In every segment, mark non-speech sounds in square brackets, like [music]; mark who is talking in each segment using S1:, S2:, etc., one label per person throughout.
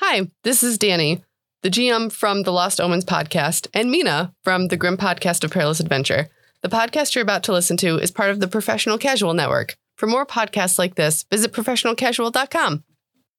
S1: Hi, this is Danny, the GM from the Lost Omens podcast, and Mina from the Grim Podcast of Perilous Adventure. The podcast you're about to listen to is part of the Professional Casual Network. For more podcasts like this, visit professionalcasual.com.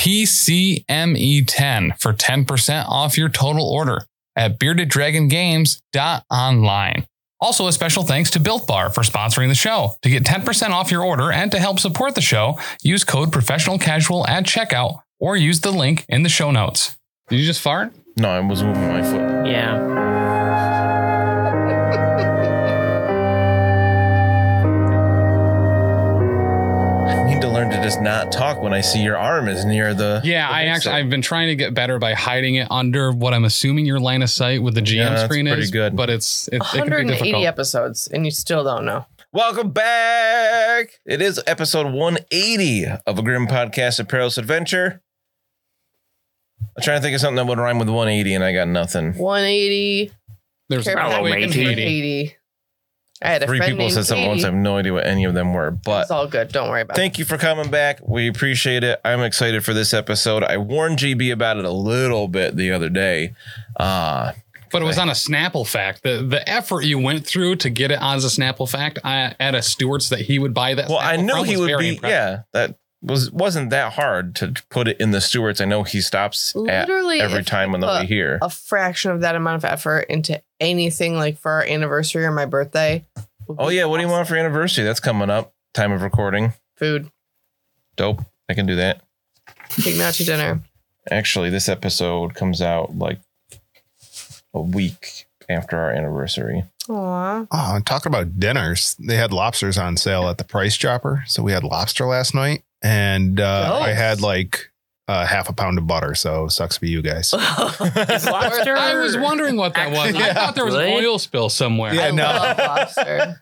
S2: PCME10 E for 10% off your total order at beardeddragongames.online. Also, a special thanks to Built Bar for sponsoring the show. To get 10% off your order and to help support the show, use code professional casual at checkout or use the link in the show notes. Did you just fart?
S3: No, I was moving my foot.
S4: Yeah.
S3: I need to learn to just not talk when I see your arm is near the.
S2: Yeah,
S3: the
S2: I
S3: mixer.
S2: actually I've been trying to get better by hiding it under what I'm assuming your line of sight with the GM
S3: Yeah, that's
S2: screen
S3: pretty
S2: is.
S3: good.
S2: But it's it, it can be
S1: 180
S2: difficult.
S1: episodes, and you still don't
S4: [laughs]
S1: know.
S3: Welcome back. It is episode 180 of a Grim Podcast of Perilous Adventure. I'm trying to think of something that would rhyme with 180, and I got nothing.
S1: 180.
S2: There's
S1: Careful,
S2: no way it can be 80.
S1: 180. I had a
S3: Three
S1: friend
S3: people
S1: named
S3: said something once. I
S1: Katie.
S3: have no idea what any of them were, but
S1: It's all good. Don't worry about
S3: Thank you for coming back. We appreciate it. I'm excited for this episode. I warned GB about it a little bit the other day. Uh,
S2: But it was on a Snapple fact. The the effort you went through to get it as a Snapple fact I, at a Stewart's that he would buy that.
S3: well, I
S2: Snapple
S3: know
S2: from
S3: he
S2: was
S3: would
S2: very
S3: be.
S2: impressive.
S3: Yeah, that was wasn't that hard to put it in the Stewarts. I know he stops
S1: it.
S3: at
S1: Literally,
S3: every
S1: if
S3: time on the
S1: put
S3: way here.
S1: a fraction of that amount of effort into anything like for our anniversary or my birthday. would
S3: Oh
S1: be
S3: yeah, what do you
S1: awesome.
S3: want for anniversary? That's coming up. Time of recording.
S1: Food.
S3: Dope. I can do that.
S1: Take me out to dinner.
S3: Actually, this episode comes out like a week after our
S2: [laughs]
S3: anniversary.
S1: Aw.
S5: Oh, and talking about dinners, they had lobsters on sale at the Price Chopper. So we had lobster last night, and uh,
S1: Oh.
S5: I had like uh, half a pound of butter. So sucks for you guys.
S4: Lobster.
S2: I was wondering what that was. I
S5: Yeah.
S2: thought there was an
S4: Really?
S2: oil spill somewhere.
S5: Yeah.
S1: I
S5: no.
S4: Oh,
S1: love lobster.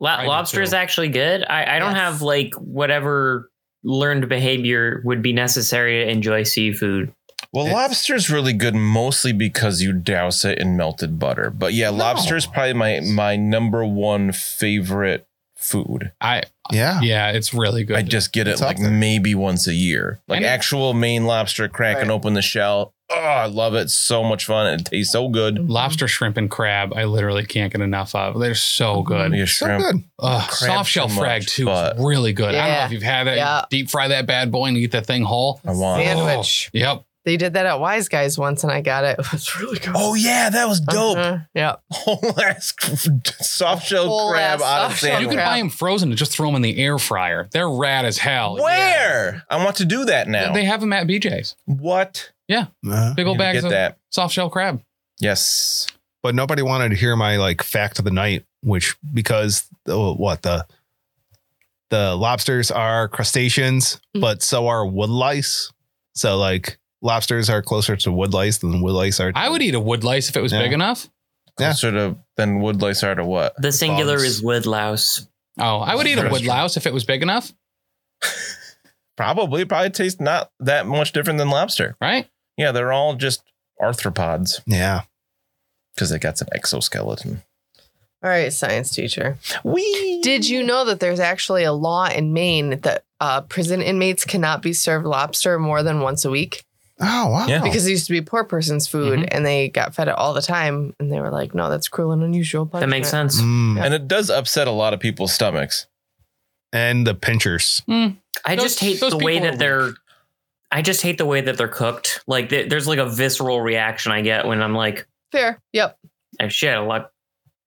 S4: Lo-
S2: I do
S4: lobster is
S2: too.
S4: actually good. I, I don't
S1: Yes.
S4: have like whatever learned behavior would be necessary to enjoy seafood.
S3: Well,
S5: It's-
S3: lobster's really good mostly because you douse it in melted butter. But yeah,
S5: No.
S3: lobster's probably my my number one favorite food.
S2: I
S5: Yeah.
S2: yeah, it's really good.
S3: I just get
S5: It's
S3: it
S5: up
S3: like
S5: there.
S3: maybe once a year. Like
S2: And-
S3: actual Maine lobster, cracking
S1: Right.
S3: open the shell. Oh, I love it. It's so much fun. and It tastes so good.
S2: lobster, shrimp, and crab. I literally can't get enough of. They're so good.
S3: Yeah,
S5: So
S3: shrimp.
S5: good.
S2: Ugh,
S3: Crab's
S2: soft shell
S3: too
S2: frag
S3: Mm-hmm. much,
S2: too
S3: but-
S2: is really good. I don't know
S1: Yeah.
S2: if you've had that.
S1: Yeah.
S2: Deep fry that bad boy and eat that thing whole.
S3: I want.
S2: Oh,
S1: Sandwich.
S2: yep.
S1: They did that at Wise Guys once and I got it. It was [laughs] really good.
S3: Oh yeah, that was dope. [laughs]
S1: Uh-huh. Yep.
S3: Whole ass soft shell
S1: Whole
S3: crab
S1: ass
S3: out of
S1: soft shell
S2: You
S3: sandwich.
S2: can
S1: Crab.
S2: buy them frozen and just throw them in the air fryer. They're rad as hell.
S3: Where? I want to do that
S2: Yeah.
S3: now.
S2: They have them at BJ's.
S3: what?
S5: Uh,
S2: Big old
S3: Get
S2: bags of
S3: that.
S2: soft shell crab.
S3: Yes.
S5: but nobody wanted to hear my like fact of the night, which because oh, what the the lobsters are crustaceans,
S2: Mm.
S1: Mhm.
S5: but so are wood lice. So like lobsters are closer to wood lice than wood lice are. to-
S2: I would eat a wood lice if it was
S5: Yeah.
S2: big enough.
S5: Yeah.
S3: Closer to than wood lice are to what?
S4: The singular
S5: Bugs.
S4: is woodlouse.
S2: Oh, I would eat a
S3: That's
S2: wood
S3: true.
S2: louse if it was big enough,
S3: Probably, probably tastes not that much different than lobster.
S2: right?
S3: Yeah, they're all just arthropods
S5: Yeah.
S3: because they got an exoskeleton.
S1: All right, science teacher.
S3: We
S1: Did you know that there's actually a law in Maine that uh, prison inmates cannot be served lobster more than once a week?
S5: Oh wow.
S3: Yeah.
S1: because it used to be poor person's food
S4: Mm-hmm.
S2: Mhm.
S1: and they got fed it all the time and they were like no that's cruel and unusual
S4: That makes sense.
S5: Mm.
S3: And it does upset a lot of people's stomachs.
S5: and the pinchers.
S4: I
S2: Those-
S4: just hate
S2: those
S4: the way
S2: people are
S4: that they're. I just hate the way that they're cooked. Like th- there's like a visceral reaction I get when I'm like,
S1: fair yep
S4: oh, shit, a lot.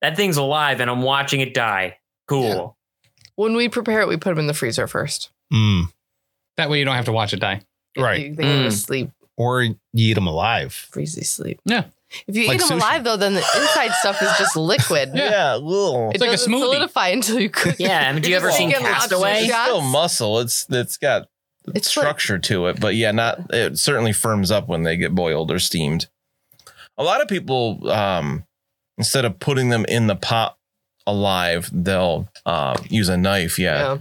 S4: That thing's alive and I'm watching it die. Cool.
S1: when we prepare it we put them in the freezer first
S5: Mm.
S2: That way you don't have to watch it die.
S5: Right.
S1: they, they go to
S4: Mm.
S1: sleep
S5: or you eat them alive.
S1: freezy sleep
S2: Yeah.
S1: if you
S5: Like
S1: eat them
S5: sushi.
S1: alive though then the inside stuff is just liquid
S2: Yeah.
S3: little.
S1: it
S2: like a
S1: doesn't
S2: smoothie.
S1: solidify until you cook
S2: [laughs]
S4: Yeah. Have you
S1: You're
S4: ever
S1: just
S4: seen
S1: thinking lobster
S4: Castaway?
S1: shell.
S3: It's still
S1: shots?
S3: muscle. It's it's got
S1: It's like-
S3: structure to it, but yeah, not it certainly firms up when they get boiled or steamed. A lot of people, um, instead of putting them in the pot alive, they'll uh, use a knife. Yeah.
S1: Yeah.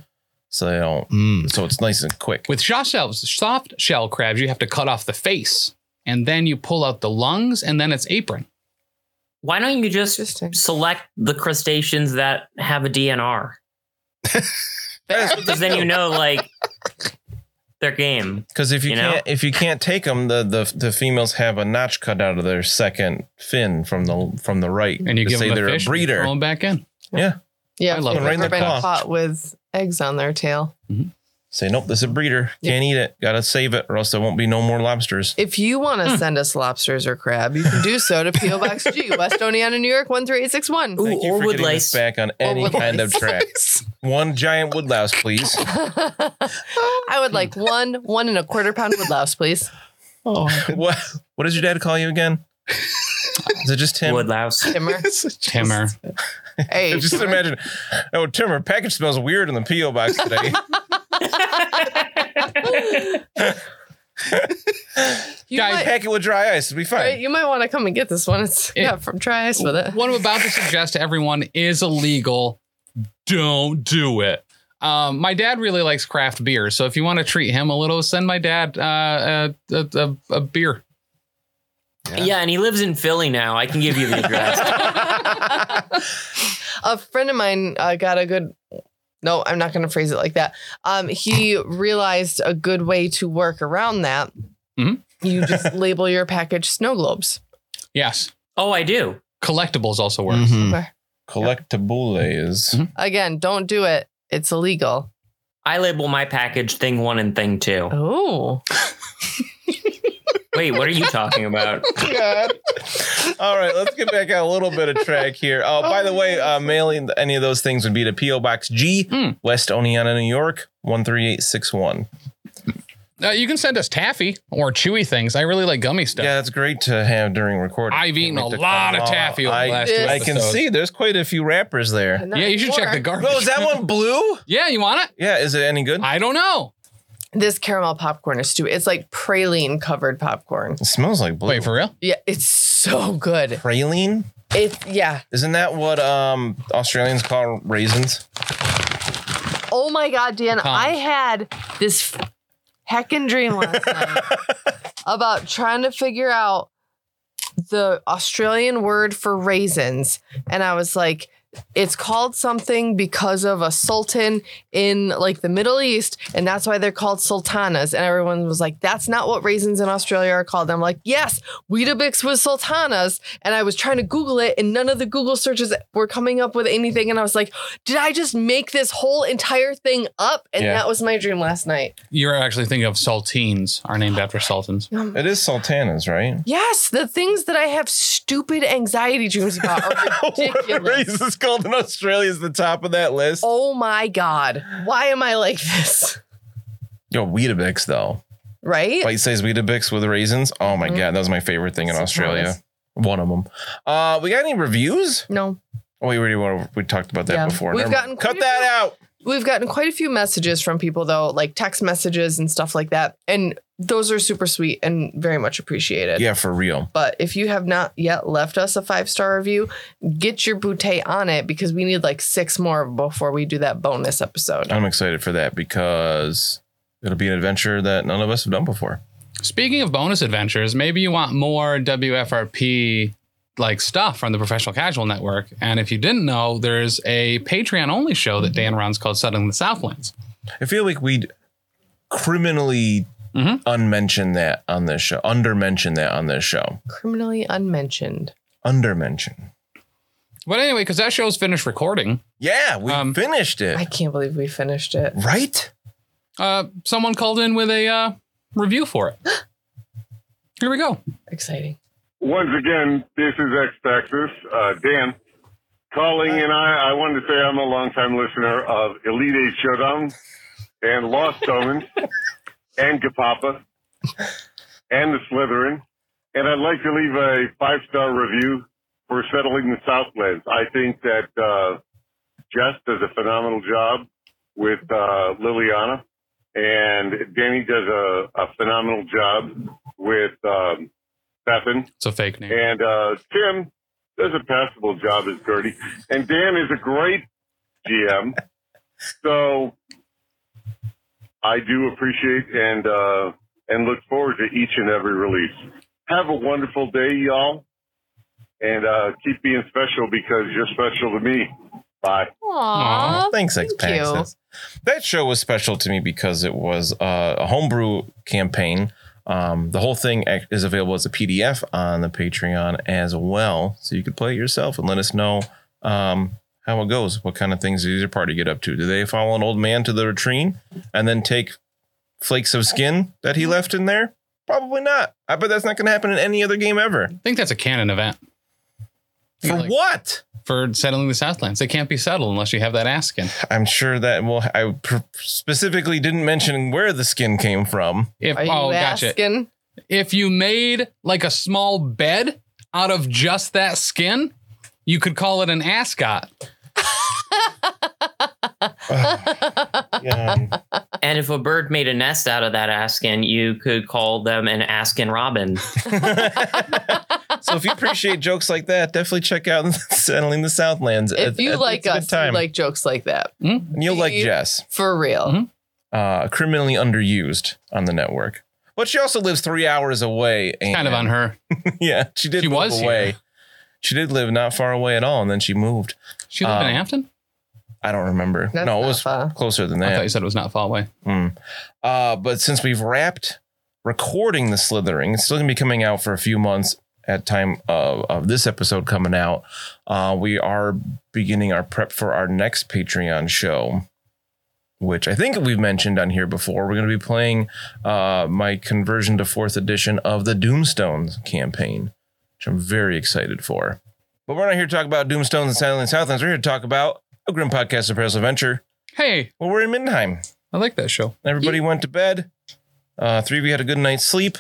S3: So they don't.
S5: Mm.
S3: So it's nice and quick.
S2: With soft shell, soft shell crabs, you have to cut off the face and then you pull out the lungs and then it's apron.
S4: Why don't you just
S1: Interesting.
S4: select the crustaceans that have a DNR?
S3: [laughs]
S4: Because then you know, like, their game.
S3: Because if you,
S4: You know?
S3: can't if you can't take them, the, the the females have a notch cut out of their second fin from the from the right,
S2: And you
S3: to
S2: give
S3: say
S2: them a
S3: they're
S2: fish
S3: a
S2: and you
S3: breeder.
S2: throw 'em back
S3: [laughs]
S2: in.
S1: Yeah,
S2: I love
S1: they've
S2: it. Right
S3: in
S1: never
S3: the
S1: been
S3: claw.
S1: caught with eggs on their tail.
S3: Say nope, this is a breeder. Can't eat it. Got to save it, or else there won't be no more lobsters.
S1: If you want
S2: Hmm.
S1: to send us lobsters or crab, you can do so to P.O. Box
S2: [laughs]
S1: G, West Oneonta, New York 13861.
S4: Ooh,
S3: Thank you
S4: or
S3: for
S4: wood
S3: getting
S4: lice.
S3: us back on any
S1: wood [laughs]
S3: kind
S1: lice.
S3: of track. One giant woodlouse, please.
S1: I would like one, one and a quarter pound woodlouse, please.
S5: Oh,
S3: what What does your dad call you again? Is it just Tim?
S4: Woodlouse.
S1: Timmer.
S2: Timmer.
S1: Hey,
S3: [laughs] Just imagine. Oh, Tim, our package smells weird in the PO box today.
S1: you
S2: Guys,
S1: might,
S3: Pack it with dry ice. It'll be fine.
S1: right, you might want to come and get this one. It's
S2: It-
S1: got from dry ice with it.
S2: What I'm about to suggest to everyone is illegal. Don't do it. Um, my dad really likes craft beer, so if you want to treat him a little, send my dad uh, a, a, a, a beer.
S4: yeah, and he lives in Philly now. I can give you the
S3: [laughs]
S4: address.
S1: a friend of mine uh, got a good no i'm not going to phrase it like that um, he realized a good way to work around that
S3: Mm-hmm.
S2: Mhm.
S1: you
S3: [laughs]
S1: just label your package snow globes
S2: Yes,
S4: oh, I do.
S2: collectibles also work.
S5: Mhm.
S3: Collectibles.
S1: Mm-hmm. again don't do it it's illegal
S4: I label my package thing one and thing two.
S1: oh
S4: Wait, what are you talking about?
S3: God. All right, let's get back on a little bit of track here. Oh, by the way, uh, mailing any of those things would be to P.O. Box G,
S2: Hmm.
S3: West Oneonta, New York, 13861.
S2: Uh, you can send us taffy or chewy things. I really like gummy stuff.
S3: Yeah, that's great to have during recording.
S2: I've eaten
S3: Make
S2: a
S3: the
S2: lot of
S3: call.
S2: taffy over the
S3: I,
S2: last two
S3: I can
S2: episodes.
S3: see there's quite a few rappers there.
S2: Yeah, you should check the garbage.
S3: Oh, is that one blue?
S2: Yeah, you want it?
S3: Yeah, is it any good?
S2: I don't know.
S1: this caramel popcorn is stupid it's like praline covered popcorn
S3: It smells like blue.
S2: Wait for real?
S1: yeah it's so good
S3: praline?
S1: it's yeah
S3: Isn't that what um Australians call raisins?
S1: Oh my god, Dan, I had this f- heckin' dream last night about trying to figure out the Australian word for raisins. And I was like, it's called something because of a sultan in like the Middle East, and that's why they're called sultanas. And everyone was like, that's not what raisins in Australia are called. And I'm like, yes, Weetabix was sultanas. And I was trying to Google it, and none of the Google searches were coming up with anything. And I was like, did I just make this whole entire thing up? And
S3: Yeah.
S1: that was my dream last night.
S2: You're actually thinking of saltines are named after sultans.
S3: It is sultanas, [laughs] right?
S1: Yes, the things that I have stupid anxiety dreams about are ridiculous.
S3: raisins called in Australia is the top of that list.
S1: oh my God. Why am I like this?
S3: Yo, Weetabix though.
S1: Right?
S3: Bite sized Weetabix with raisins. Oh my
S1: Mhm.
S3: god, that was my favorite thing in
S1: Sultanas.
S3: Australia. One of them. Uh, we got any reviews?
S1: No.
S3: Oh, we already were- we talked about that
S1: Yeah.
S3: before.
S1: We've
S3: Never
S1: gotten
S3: mind. cut
S1: quite a
S3: that
S1: few-
S3: out.
S1: We've gotten quite a few messages from people, though, like text messages and stuff like that. And those are super sweet and very much appreciated.
S3: Yeah, for real.
S1: But if you have not yet left us a five star review, get your bouquet on it because we need like six more before we do that bonus episode.
S3: I'm excited for that because it'll be an adventure that none of us have done before.
S2: Speaking of bonus adventures, maybe you want more WFRP like stuff from the Professional Casual Network. And if you didn't know, there's a Patreon only show that Dan runs called Settling the Southlands.
S3: I feel like we criminally
S2: Mhm.
S1: Mm-hmm.
S3: unmention that on this show, undermention that on this show,
S1: Criminally unmentioned.
S3: undermention.
S2: But anyway, because that show's finished recording,
S3: Yeah, we
S2: Um,
S3: finished it,
S1: I can't believe we finished it.
S3: right?
S2: uh, someone called in with a uh, review for it. Here we go.
S1: Exciting.
S6: Once again, this is X Taxis, uh, Dan. Calling and I, I wanted to say I'm a longtime listener of Elite Eight Showdown and Lost Omens and Kapapa and the Slytherin. And I'd like to leave a five star review for settling the Southlands. I think that uh, Jess does a phenomenal job with uh, Liliana, and Danny does a, a phenomenal job with um, Stefan.
S2: It's a fake name.
S6: And uh, Tim does a passable job as Gertie. And Dan is a great GM. So I do appreciate and uh, and look forward to each and every release. Have a wonderful day, y'all. And uh, keep being special because you're special to me. Bye.
S1: Aw,
S3: Thanks,
S1: Oh, thank
S3: X
S1: you.
S3: Passes. That show was special to me because it was uh, a homebrew campaign. Um, the whole thing ac- is available as a PDF on the Patreon as well, so you could play it yourself and let us know um, how it goes. What kind of things does your party get up to? Do they follow an old man to the latrine and then take flakes of skin that he left in there? Probably not. I bet that's not going to happen in any other game ever.
S2: I think that's a canon event.
S3: For
S2: Like,
S3: what?
S2: For settling the Southlands. They can't be settled unless you have that ask in.
S3: I'm sure that. Well, I pr- specifically didn't mention where the skin came from.
S2: If,
S1: Are you
S2: oh, gotcha.
S1: asking?
S2: If you made like a small bed out of just that skin, you could call it an ascot.
S3: Yeah.
S4: And if a bird made a nest out of that askin, you could call them an askin
S3: Oh,
S4: robin.
S3: so if you appreciate jokes like that, definitely check out [laughs] Settling the Southlands.
S1: If you
S3: It's-
S1: like
S3: it's a good
S1: us, you like jokes like that
S3: and you'll like
S1: me.
S3: Jess,
S1: for real.
S2: Mhm.
S3: uh, criminally underused on the network. But she also lives three hours away. And,
S2: Kind of on her.
S3: [laughs] Yeah, she did.
S2: She
S3: live
S2: was
S3: away.
S2: here.
S3: She did live not far away at all, and then she moved.
S2: She lived
S3: Um,
S2: in Hampton?
S3: I don't remember.
S1: That's
S3: no,
S1: not
S3: it was
S1: far.
S3: closer than
S2: I
S3: that.
S2: thought you said it was not far away.
S3: Hmm. Uh, but since we've wrapped recording the Slithering, it's still gonna be coming out for a few months at time of, of this episode coming out. Uh, we are beginning our prep for our next Patreon show, which I think we've mentioned on here before. We're gonna be playing uh, my conversion to fourth edition of the Doomstones campaign, which I'm very excited for. But we're not here to talk about Doomstones and Silent Southlands. We're here to talk about a grim podcast of Perilous Adventure.
S2: Hey,
S3: Well, we're in Mindenheim.
S2: I like that show.
S3: Everybody went to bed. Uh, three of you had a good night's sleep.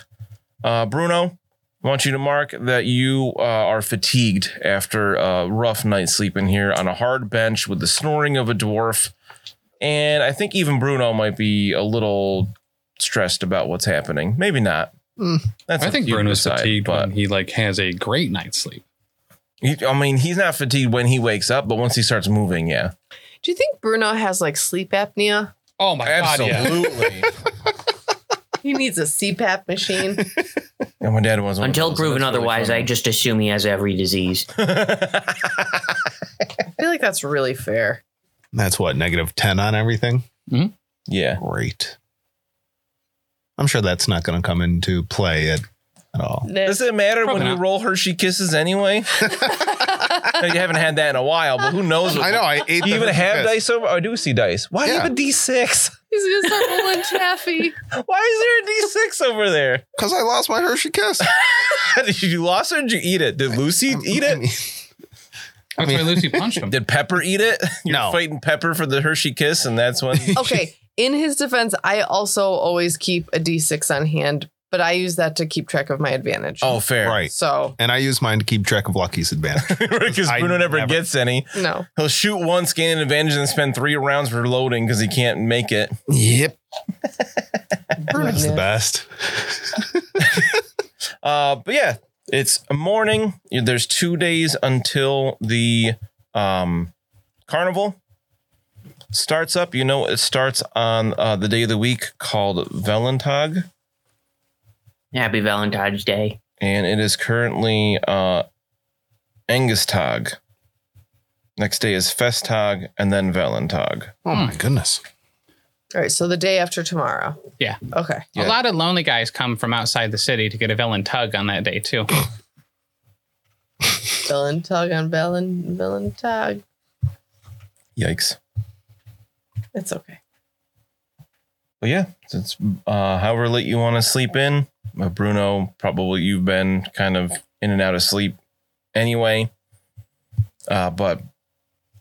S3: Uh, Bruno, I want you to mark that you uh, are fatigued after a rough night's sleep in here on a hard bench with the snoring of a dwarf. And I think even Bruno might be a little stressed about what's happening. Maybe not.
S4: Hmm.
S1: Mm.
S3: That's
S2: I
S3: up
S2: think
S3: to you to
S2: Bruno's
S3: decide,
S2: fatigued
S3: but
S2: when he like has a great night's sleep.
S3: he- I mean, he's not fatigued when he wakes up, but once he starts moving, yeah,
S1: Do you think Bruno has like sleep apnea?
S2: Oh my god, yeah. [laughs]
S3: absolutely.
S1: He needs a CPAP machine.
S3: and my dad was one of
S4: Until
S3: those, so
S4: proven
S3: that's really
S4: otherwise,
S3: funny.
S4: I just assume he has every disease.
S1: I feel like that's really fair.
S5: That's what negative ten on everything.
S3: [laughs] yeah.
S5: Great. I'm sure that's not going to come into play at at all.
S3: Does it matter
S2: Probably
S3: when
S2: not.
S3: you roll Hershey kisses
S5: [laughs]
S3: anyway? No, you haven't had that in a while, but who knows? what-
S5: I know. I ate
S3: Do you
S5: the
S3: even
S5: Hershey
S3: have
S5: kiss.
S3: dice over? Oh, I do see dice. Why do you
S5: Yeah.
S3: have a D6?
S1: He's gonna start rolling taffy.
S3: Why is there a D6 over there? [laughs]
S5: Because I lost my Hershey kiss.
S3: Did you lost or did you eat it? Did Lucy [laughs] eat
S5: I [laughs]
S3: it?
S5: mean,
S2: That's why Lucy punched him.
S3: Did Pepper eat it? You're
S5: No.
S3: fighting Pepper for the Hershey kiss, and that's
S5: [laughs]
S3: when.
S1: Okay. In his defense, I also always keep a D6 on hand, but I use that to keep track of my advantage.
S3: Oh, fair. [laughs]
S5: right.
S1: So
S5: And I use mine to keep track of Lucky's advantage.
S3: Because
S5: I
S3: Bruno never,
S5: never-
S3: gets any.
S1: no.
S3: He'll shoot once, gain an advantage, and then spend three rounds reloading because he can't make it.
S5: [laughs] yep. That's the
S1: Goodness.
S5: best.
S3: Uh, but yeah, it's a morning. There's two days until the um, carnival starts up. You know, it starts on uh, the day of the week called Valentag,
S4: Happy Valentine's Day.
S3: and it is currently uh, Angustag. Next day is Festag, and then Valentag.
S5: Oh my goodness.
S1: All right. So the day after tomorrow.
S2: Yeah.
S1: Okay.
S3: [laughs] Yeah.
S2: A lot of lonely guys come from outside the city to get a villain tug on that day too.
S1: Villain tug on villain, villain tug.
S3: Yikes!
S1: It's okay.
S3: But yeah, it's uh, however late you want to sleep in. Uh, Bruno, probably you've been kind of in and out of sleep anyway. Uh, but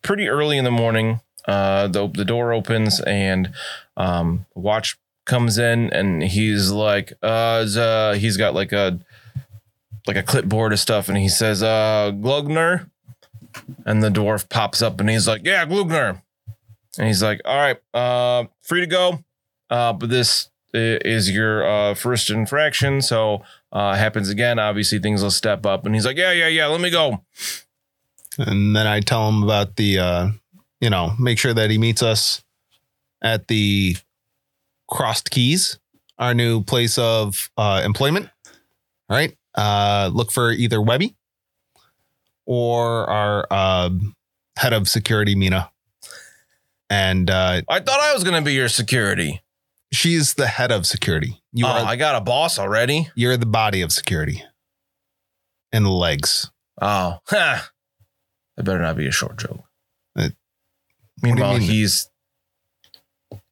S3: pretty early in the morning, uh, the, the door opens and um, Watch comes in and he's like, uh, z- uh, he's got like a like a clipboard of stuff and he says, uh, Glugner. And the dwarf pops up and he's like, yeah, Glugner. And he's like, all right, uh, free to go. Uh, but this i- is your uh, first infraction. So uh, happens again. Obviously, things will step up. And he's like, yeah, yeah, yeah. Let me go.
S5: And then I tell him about the, uh, you know, make sure that he meets us at the Crossed Keys, our new place of uh, employment. All right. Uh, look for either Webby or our uh, head of security, Mina. And uh,
S3: I thought I was gonna be your security.
S5: she's the head of security. You
S3: Oh,
S5: are
S3: I got a boss already.
S5: you're the body of security and the legs.
S3: Oh, ha. that better not be a short joke.
S5: Uh,
S3: Meanwhile,
S5: mean?
S3: he's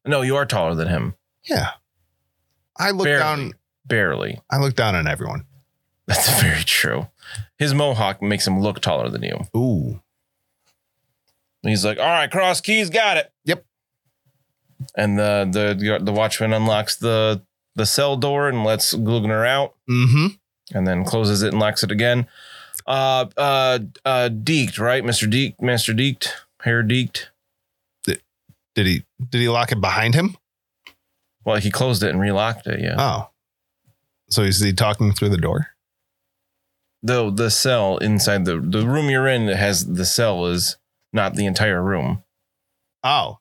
S3: no, you are taller than him,
S5: Yeah. I look
S3: Barely.
S5: down.
S3: barely. [laughs]
S5: I look down on everyone.
S3: That's very true. His mohawk makes him look taller than you.
S5: Ooh.
S3: He's like, "All right, cross keys, got it."
S5: Yep.
S3: And the the the watchman unlocks the the cell door and lets Glugner out,
S5: Mm-hmm.
S3: and then closes it and locks it again. Uh, uh, uh, Deeked, right, Mister Deek, Master Deeked, Hair Deeked.
S5: Did he did he lock it behind him?
S3: Well, he closed it and relocked it. Yeah.
S5: Oh. So is he talking through the door?
S3: Though the cell inside the the room you're in has the cell is not the entire room.
S5: Oh.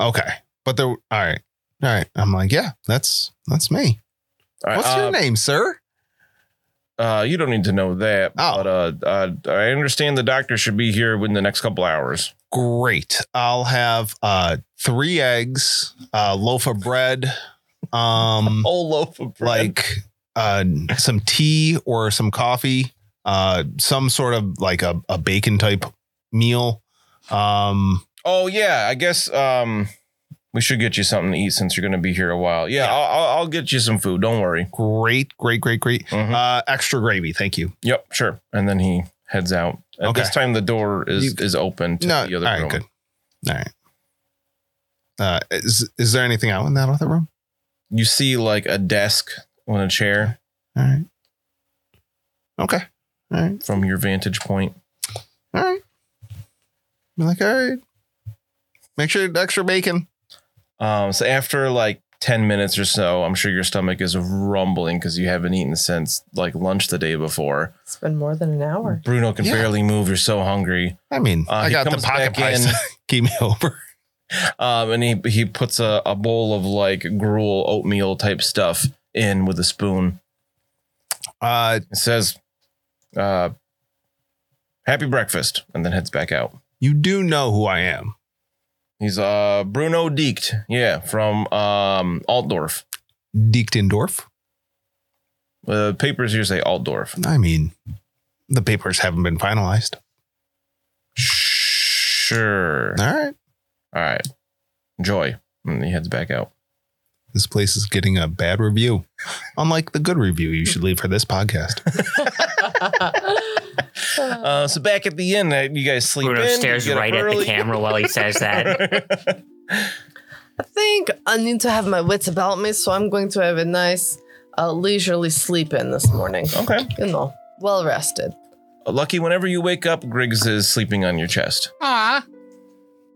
S5: Okay. But there all right. All right. I'm like, yeah, that's that's me.
S3: All right,
S5: What's
S3: uh,
S5: your name, sir?
S3: Uh, you don't need to know that.
S5: Oh.
S3: But uh, uh, I understand the doctor should be here within the next couple hours.
S5: Great. I'll have uh three eggs, a loaf of bread, [laughs] um
S3: Whole loaf of
S5: like uh some tea or some coffee uh some sort of like a, a bacon type meal um
S3: Oh yeah, I guess um, we should get you something to eat since you're going to be here a while. Yeah, I'll, I'll, I'll get you some food. Don't worry.
S5: great great great great
S3: Mhm.
S5: uh extra gravy thank you
S3: yep, sure. And then he heads out. At
S5: Okay.
S3: this time, the door is
S5: You-
S3: is open to
S5: no
S3: the other
S5: all right
S3: room.
S5: good all right uh is is there anything out in that other room
S3: You see like a desk on a chair
S5: all right okay all right
S3: from your vantage point.
S5: all right I'm like all right make sure extra bacon
S3: Um, so after like ten minutes or so, I'm sure your stomach is rumbling because you haven't eaten since like lunch the day before.
S7: It's been more than an hour.
S3: Bruno can
S5: Yeah.
S3: barely move. You're so hungry.
S5: i mean
S3: Uh,
S5: i
S3: he
S5: got the
S3: comes
S5: pocket
S3: back
S5: pies [laughs]
S3: in.
S5: came over
S3: Um, and he he puts a, a bowl of like gruel oatmeal type stuff in with a spoon.
S5: uh
S3: It says, uh, "Happy breakfast," and then heads back out.
S5: you do know who I am.
S3: He's uh Bruno Deekt, yeah, from um Altdorf.
S5: Dichtendorf.
S3: The papers here say Altdorf.
S5: I mean, the papers haven't been finalized.
S3: Sure.
S5: All right.
S3: All right. Enjoy. And he heads back out.
S5: This place is getting a bad review. Unlike the good review you should leave for this podcast.
S3: Uh, so back at the inn, uh, you guys sleep
S4: Bruno
S3: in. you
S4: stares
S3: get up
S4: right at the
S3: early.
S4: camera while he says
S3: [laughs]
S4: that.
S7: I think I need to have my wits about me, so I'm going to have a nice, uh, leisurely sleep in this morning.
S3: okay.
S7: You know, well rested.
S3: Lucky, whenever you wake up, Griggs is sleeping on your chest.
S2: Ah.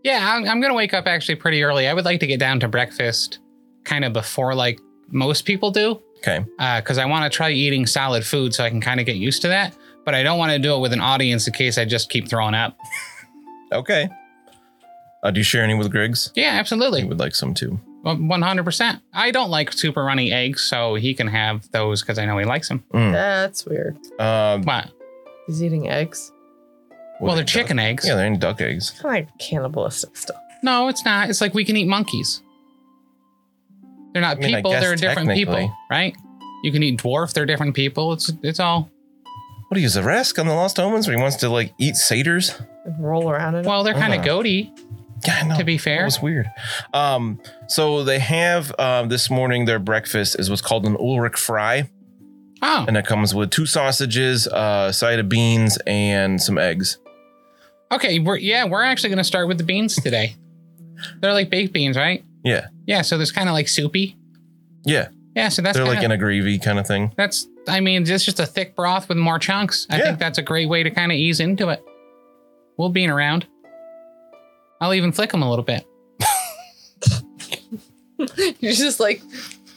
S2: Yeah, I'm, I'm going to wake up actually pretty early. I would like to get down to breakfast kind of before like most people do
S3: Okay.
S2: because I want to try eating solid food so I can kind of get used to that. But I don't want to do it with an audience in case I just keep throwing up.
S3: Okay. Uh, do you share any with Griggs?
S2: Yeah,
S3: He
S2: absolutely.
S3: would like some too.
S2: One hundred percent. I don't like super runny eggs, so he can have those because I know he likes them.
S3: Mm.
S7: That's weird.
S3: Uh,
S2: What?
S7: He's eating eggs.
S2: Well,
S3: they
S2: they're chicken eggs.
S3: Duck? Yeah, they're in duck eggs.
S7: Kind of like cannibalistic stuff.
S2: No, it's not. It's like we can eat monkeys. They're not
S3: I mean, I
S2: people.
S3: guess
S2: They're different people,
S3: technically.
S2: right? You can eat dwarf. They're different people. It's it's all.
S3: What do you, Zaresk on the Lost Omens, where he wants to like eat satyrs?
S7: And roll around in it.
S2: Well, they're kind
S3: Uh.
S2: of goaty,
S3: Yeah, I know.
S2: to be fair.
S3: That was weird. Um, so they have um, this morning their breakfast is what's called an Ulrich fry,
S2: Oh,
S3: and it comes with two sausages, uh, side of beans, and some eggs.
S2: okay. We're yeah. We're actually gonna start with the beans today. [laughs] they're like baked beans, right?
S3: Yeah.
S2: Yeah. So there's kind of like soupy.
S3: Yeah,
S2: Yeah. So that's
S3: they're
S2: kinda,
S3: like in a gravy kind of thing.
S2: that's. I mean, it's just a thick broth with more chunks. I
S3: Yeah.
S2: think that's a great way to kind of ease into it. We'll bean around. I'll even flick them a little bit.
S7: [laughs] you just like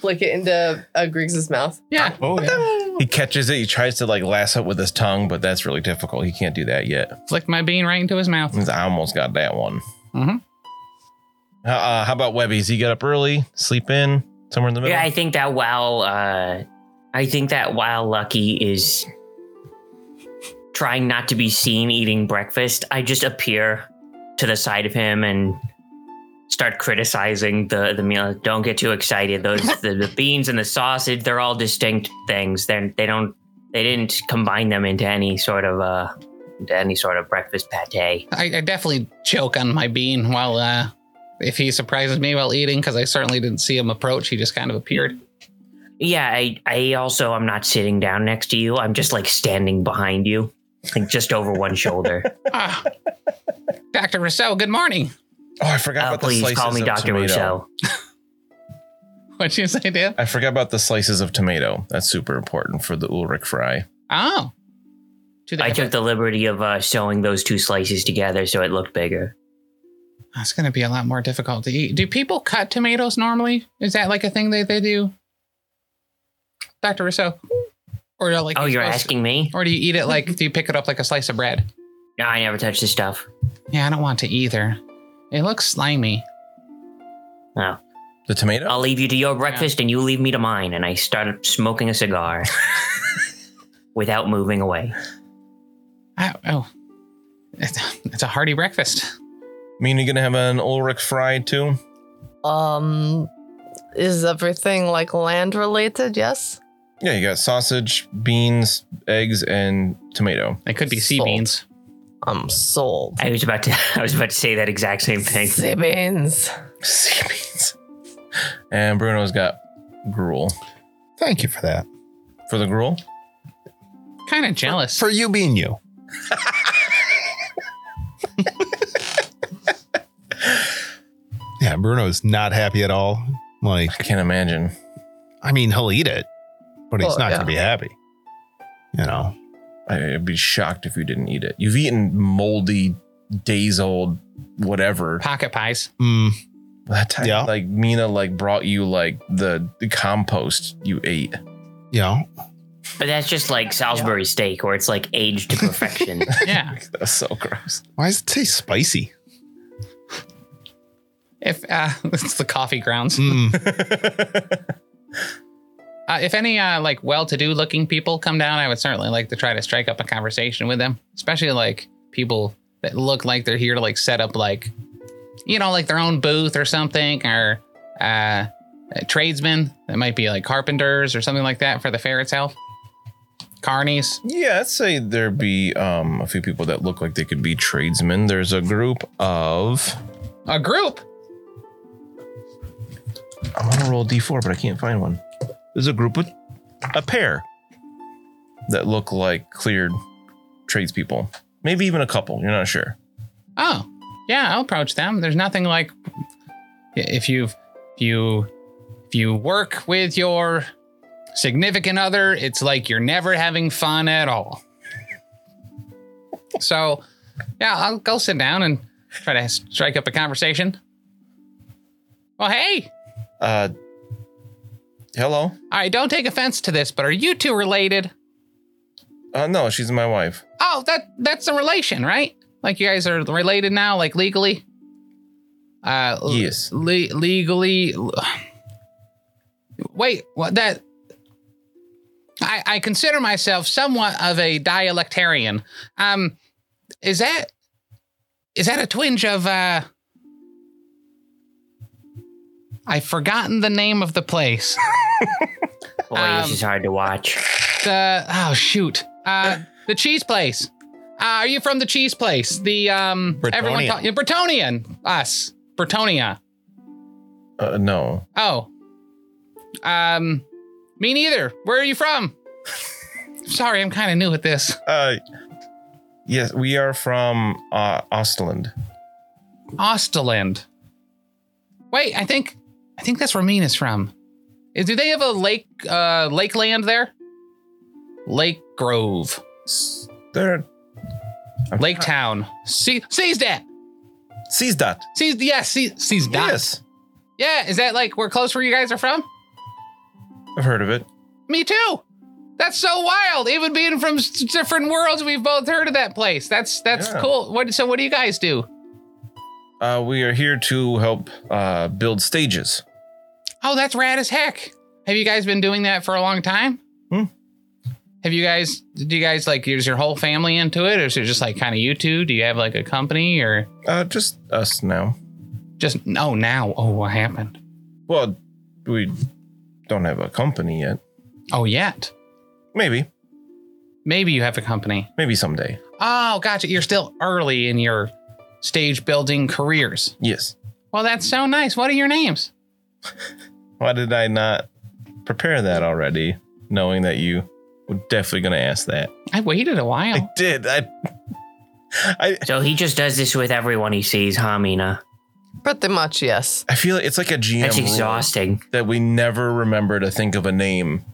S7: flick it into uh, Griggs's
S1: [laughs]
S7: mouth.
S2: Yeah.
S5: [laughs] Oh,
S3: He catches it. He tries to like lasso it with his tongue, but that's really difficult. He can't do that yet.
S2: Flick my bean right into his mouth.
S3: I almost got that one.
S2: Mhm.
S3: Uh, Uh, how about Webby? Does he get up early, sleep in somewhere in the middle?
S4: Yeah, I think that while uh, I think that while Lucky is trying not to be seen eating breakfast, I just appear to the side of him and start criticizing the the meal. Don't get too excited. Those the, the beans and the sausage, they're all distinct things. They're they don't they didn't combine them into any sort of uh into any sort of breakfast pate.
S2: I, I definitely choke on my bean while uh, if he surprises me while eating because I certainly didn't see him approach. He just kind of appeared.
S4: Yeah, I I also I'm not sitting down next to you. I'm just like standing behind you. Like just over one shoulder.
S2: Ah. [laughs] Doctor Rousseau, good morning.
S3: Oh, I forgot
S4: Oh,
S3: about the
S4: please
S3: slices
S4: call me
S3: of
S4: Dr.
S3: tomato.
S4: Rousseau.
S2: What'd you say, Dan?
S3: I forgot about the slices of tomato. That's super important for the Ulrich fry.
S2: Oh, to the
S4: I took the liberty of uh, sewing those two slices together so it looked bigger.
S2: That's going to be a lot more difficult to eat. Do people cut tomatoes normally? Is that like a thing that they do, Doctor Rousseau? Or like
S4: oh, you're
S2: supposed to-
S4: asking me?
S2: or do you eat it like do you pick it up like a slice of bread?
S4: No, I never touched this stuff.
S2: Yeah, I don't want to either. It looks slimy.
S3: The tomato?
S4: I'll leave you to your breakfast and you leave me to mine. And I started smoking
S3: [laughs]
S4: a cigar without moving away.
S2: I, oh, it's, it's a hearty breakfast.
S3: mean, you're gonna have an Ulrich fry too?
S7: Um, is everything like land related? Yes.
S3: Yeah, you got sausage, beans, eggs, and tomato. [laughs]
S2: It could be sea
S7: Salt.
S2: beans.
S7: I'm sold.
S4: I was about to [laughs] I was about to say that exact same thing.
S7: Sea beans.
S3: Sea beans. And Bruno's got gruel.
S5: Thank you for that.
S3: For the gruel?
S2: Kind of jealous.
S5: For you being you. [laughs] yeah, Bruno's not happy at all. Like,
S3: I can't imagine.
S5: I mean, he'll eat it, but he's
S7: Well,
S5: not
S7: yeah.
S5: going to be happy. You know,
S3: I- I'd be shocked if you didn't eat it. You've eaten moldy, days old, whatever.
S2: Pocket pies.
S5: mm,
S3: That time,
S5: Yeah.
S3: like Mina, like brought you like the, the compost you ate.
S5: you know,
S4: But that's just like Salisbury steak where it's like aged to
S3: [laughs]
S4: perfection.
S2: Yeah.
S3: That's so gross.
S5: why does it taste spicy?
S2: if uh, [laughs] it's the coffee grounds.
S5: Mm,
S2: Uh, if any uh, like well-to-do looking people come down, I would certainly like to try to strike up a conversation with them, especially like people that look like they're here to like set up like, you know, like their own booth or something, or uh, uh, tradesmen that might be like carpenters or something like that for the fair itself. Carnies.
S3: [laughs] Yeah, I'd say there be um, a few people that look like they could be tradesmen. There's a group of.
S2: A group.
S3: I want to roll d4, but I can't find one. There's a group of a pair that look like cleared tradespeople. Maybe even a couple. You're not sure.
S2: Oh, yeah, I'll approach them. There's nothing like if you if you if you work with your significant other, it's like you're never having fun at all. so, yeah, I'll go sit down and try to strike up a conversation. Well, hey,
S3: Uh, hello.
S2: all right, don't take offense to this, but are you two related?
S3: Uh, no, she's my wife.
S2: Oh, that that's a relation, right? Like you guys are related now, like legally. Uh, l-
S3: Yes.
S2: le- legally. Wait, what that? I I consider myself somewhat of a dialectarian. Um, is that is that a twinge of uh? I've forgotten the name of the place.
S4: Boy,
S2: Um,
S4: this is hard to watch.
S2: the oh shoot uh the cheese place uh, are you from the cheese place the um everyone
S5: Bretonian.
S2: ta- yeah, bretonian us bretonia
S3: Uh, no.
S2: oh um me neither where are you from sorry i'm kind of new at this
S3: Uh, yes, we are from uh, Ostland.
S2: osterland wait i think i think that's where mean is from Is- do they have a lake uh lake land there lake grove
S3: S- There. I'm
S2: lake
S3: try-
S2: town see sees that
S3: Sees that.
S2: sees yes see, sees that
S3: Yes.
S2: Yeah, is that like we're close where you guys are from?
S3: I've heard of it.
S2: Me too. That's so wild. Even being from s- different worlds, we've both heard of that place. That's that's
S3: Yeah.
S2: cool. What so what do you guys do?
S3: Uh, we are here to help uh, build stages.
S2: Oh, that's rad as heck. Have you guys been doing that for a long time?
S3: Hmm.
S2: Have you guys do you guys like is your whole family into it or is it just like kind of you two? Do you have like a company or
S3: Uh, just us now.
S2: just oh now? Oh what happened?
S3: Well, we don't have a company yet.
S2: Oh yet.
S3: Maybe,
S2: Maybe you have a company.
S3: maybe someday.
S2: Oh, gotcha. You're still early in your stage building careers.
S3: Yes.
S2: Well, that's so nice. What are your names?
S3: Why did I not prepare that already, knowing that you were definitely going to ask that?
S2: I waited a
S3: I
S2: while.
S3: did. I. I,
S4: So he just does this with everyone he sees, huh, Mina?
S7: Pretty much, yes.
S3: I feel it's like a GM
S4: That's
S3: rule
S4: exhausting.
S3: that we never remember to think of a name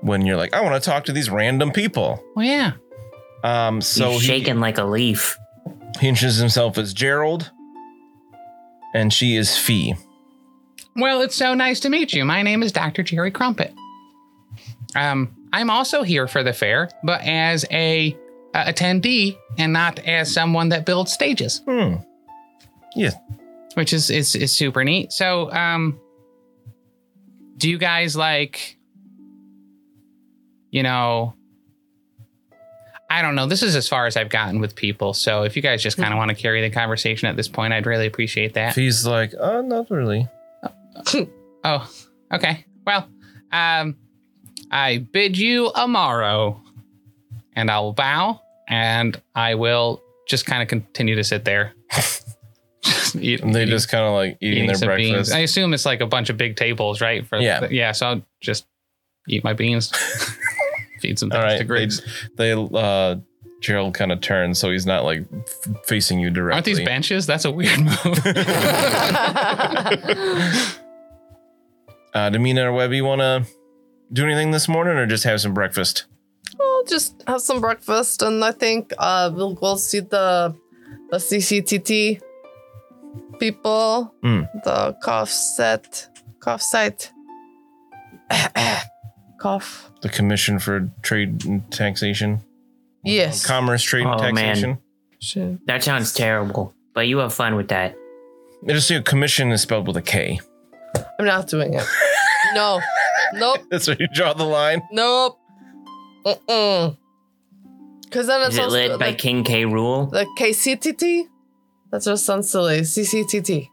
S3: when you're like, I want to talk to these random people.
S2: Well, Oh, yeah.
S3: Um, so
S4: He's
S3: he-
S4: shaking like a leaf.
S3: He introduces himself as Gerald, and she is Fee.
S2: Well, it's so nice to meet you. My name is Dr. Jerry Crumpet. Um, I'm also here for the fair, but as a, a attendee and not as someone that builds stages.
S3: Hmm.
S2: which is is is super neat. So, um, do you guys like, you know, I don't know. This is as far as I've gotten with people. So, if you guys just kind of want to carry the conversation at this point, I'd really appreciate that.
S3: Fee's like, uh, not really.
S2: Oh, okay. Well, um, I bid you amaro, and I will bow, and I will just kind of continue to sit
S3: [laughs]
S2: there. Just eat-
S3: And they
S2: eating
S3: just kind of like eating, their
S2: some
S3: breakfast.
S2: beans. I assume it's like a bunch of big tables, right? For
S3: Yeah.
S2: yeah. So I'll just eat my
S3: [laughs]
S2: beans, feed some
S3: All
S2: things to
S3: right. They,
S2: Griggs.
S3: they uh, Gerald kind of turns so he's not like f- facing you directly.
S2: Aren't these benches? That's a
S3: [laughs]
S2: weird move.
S3: uh, Demina or Webby want to do anything this morning or just have some breakfast?
S7: I'll just have some breakfast, and I think uh, we'll go see the the CCTT people,
S4: Hmm.
S3: Mm.
S7: the cough set, cough site, [coughs] cough.
S3: The Commission for Trade and Taxation,
S7: Yes.
S3: Commerce, Trade and
S4: Oh, man.
S3: Taxation.
S7: Shit.
S4: That sounds terrible. But you have fun with that.
S3: I just see a commission is spelled with a K. [laughs]
S7: I'm not
S4: [laughs]
S7: doing it. no, nope,
S3: That's where you draw the line.
S7: nope. Mm-mm. Because then it's
S4: Is it
S7: also
S4: led by
S7: like,
S4: King K. Rule?
S7: the KCTT. That just sounds silly. CCTT.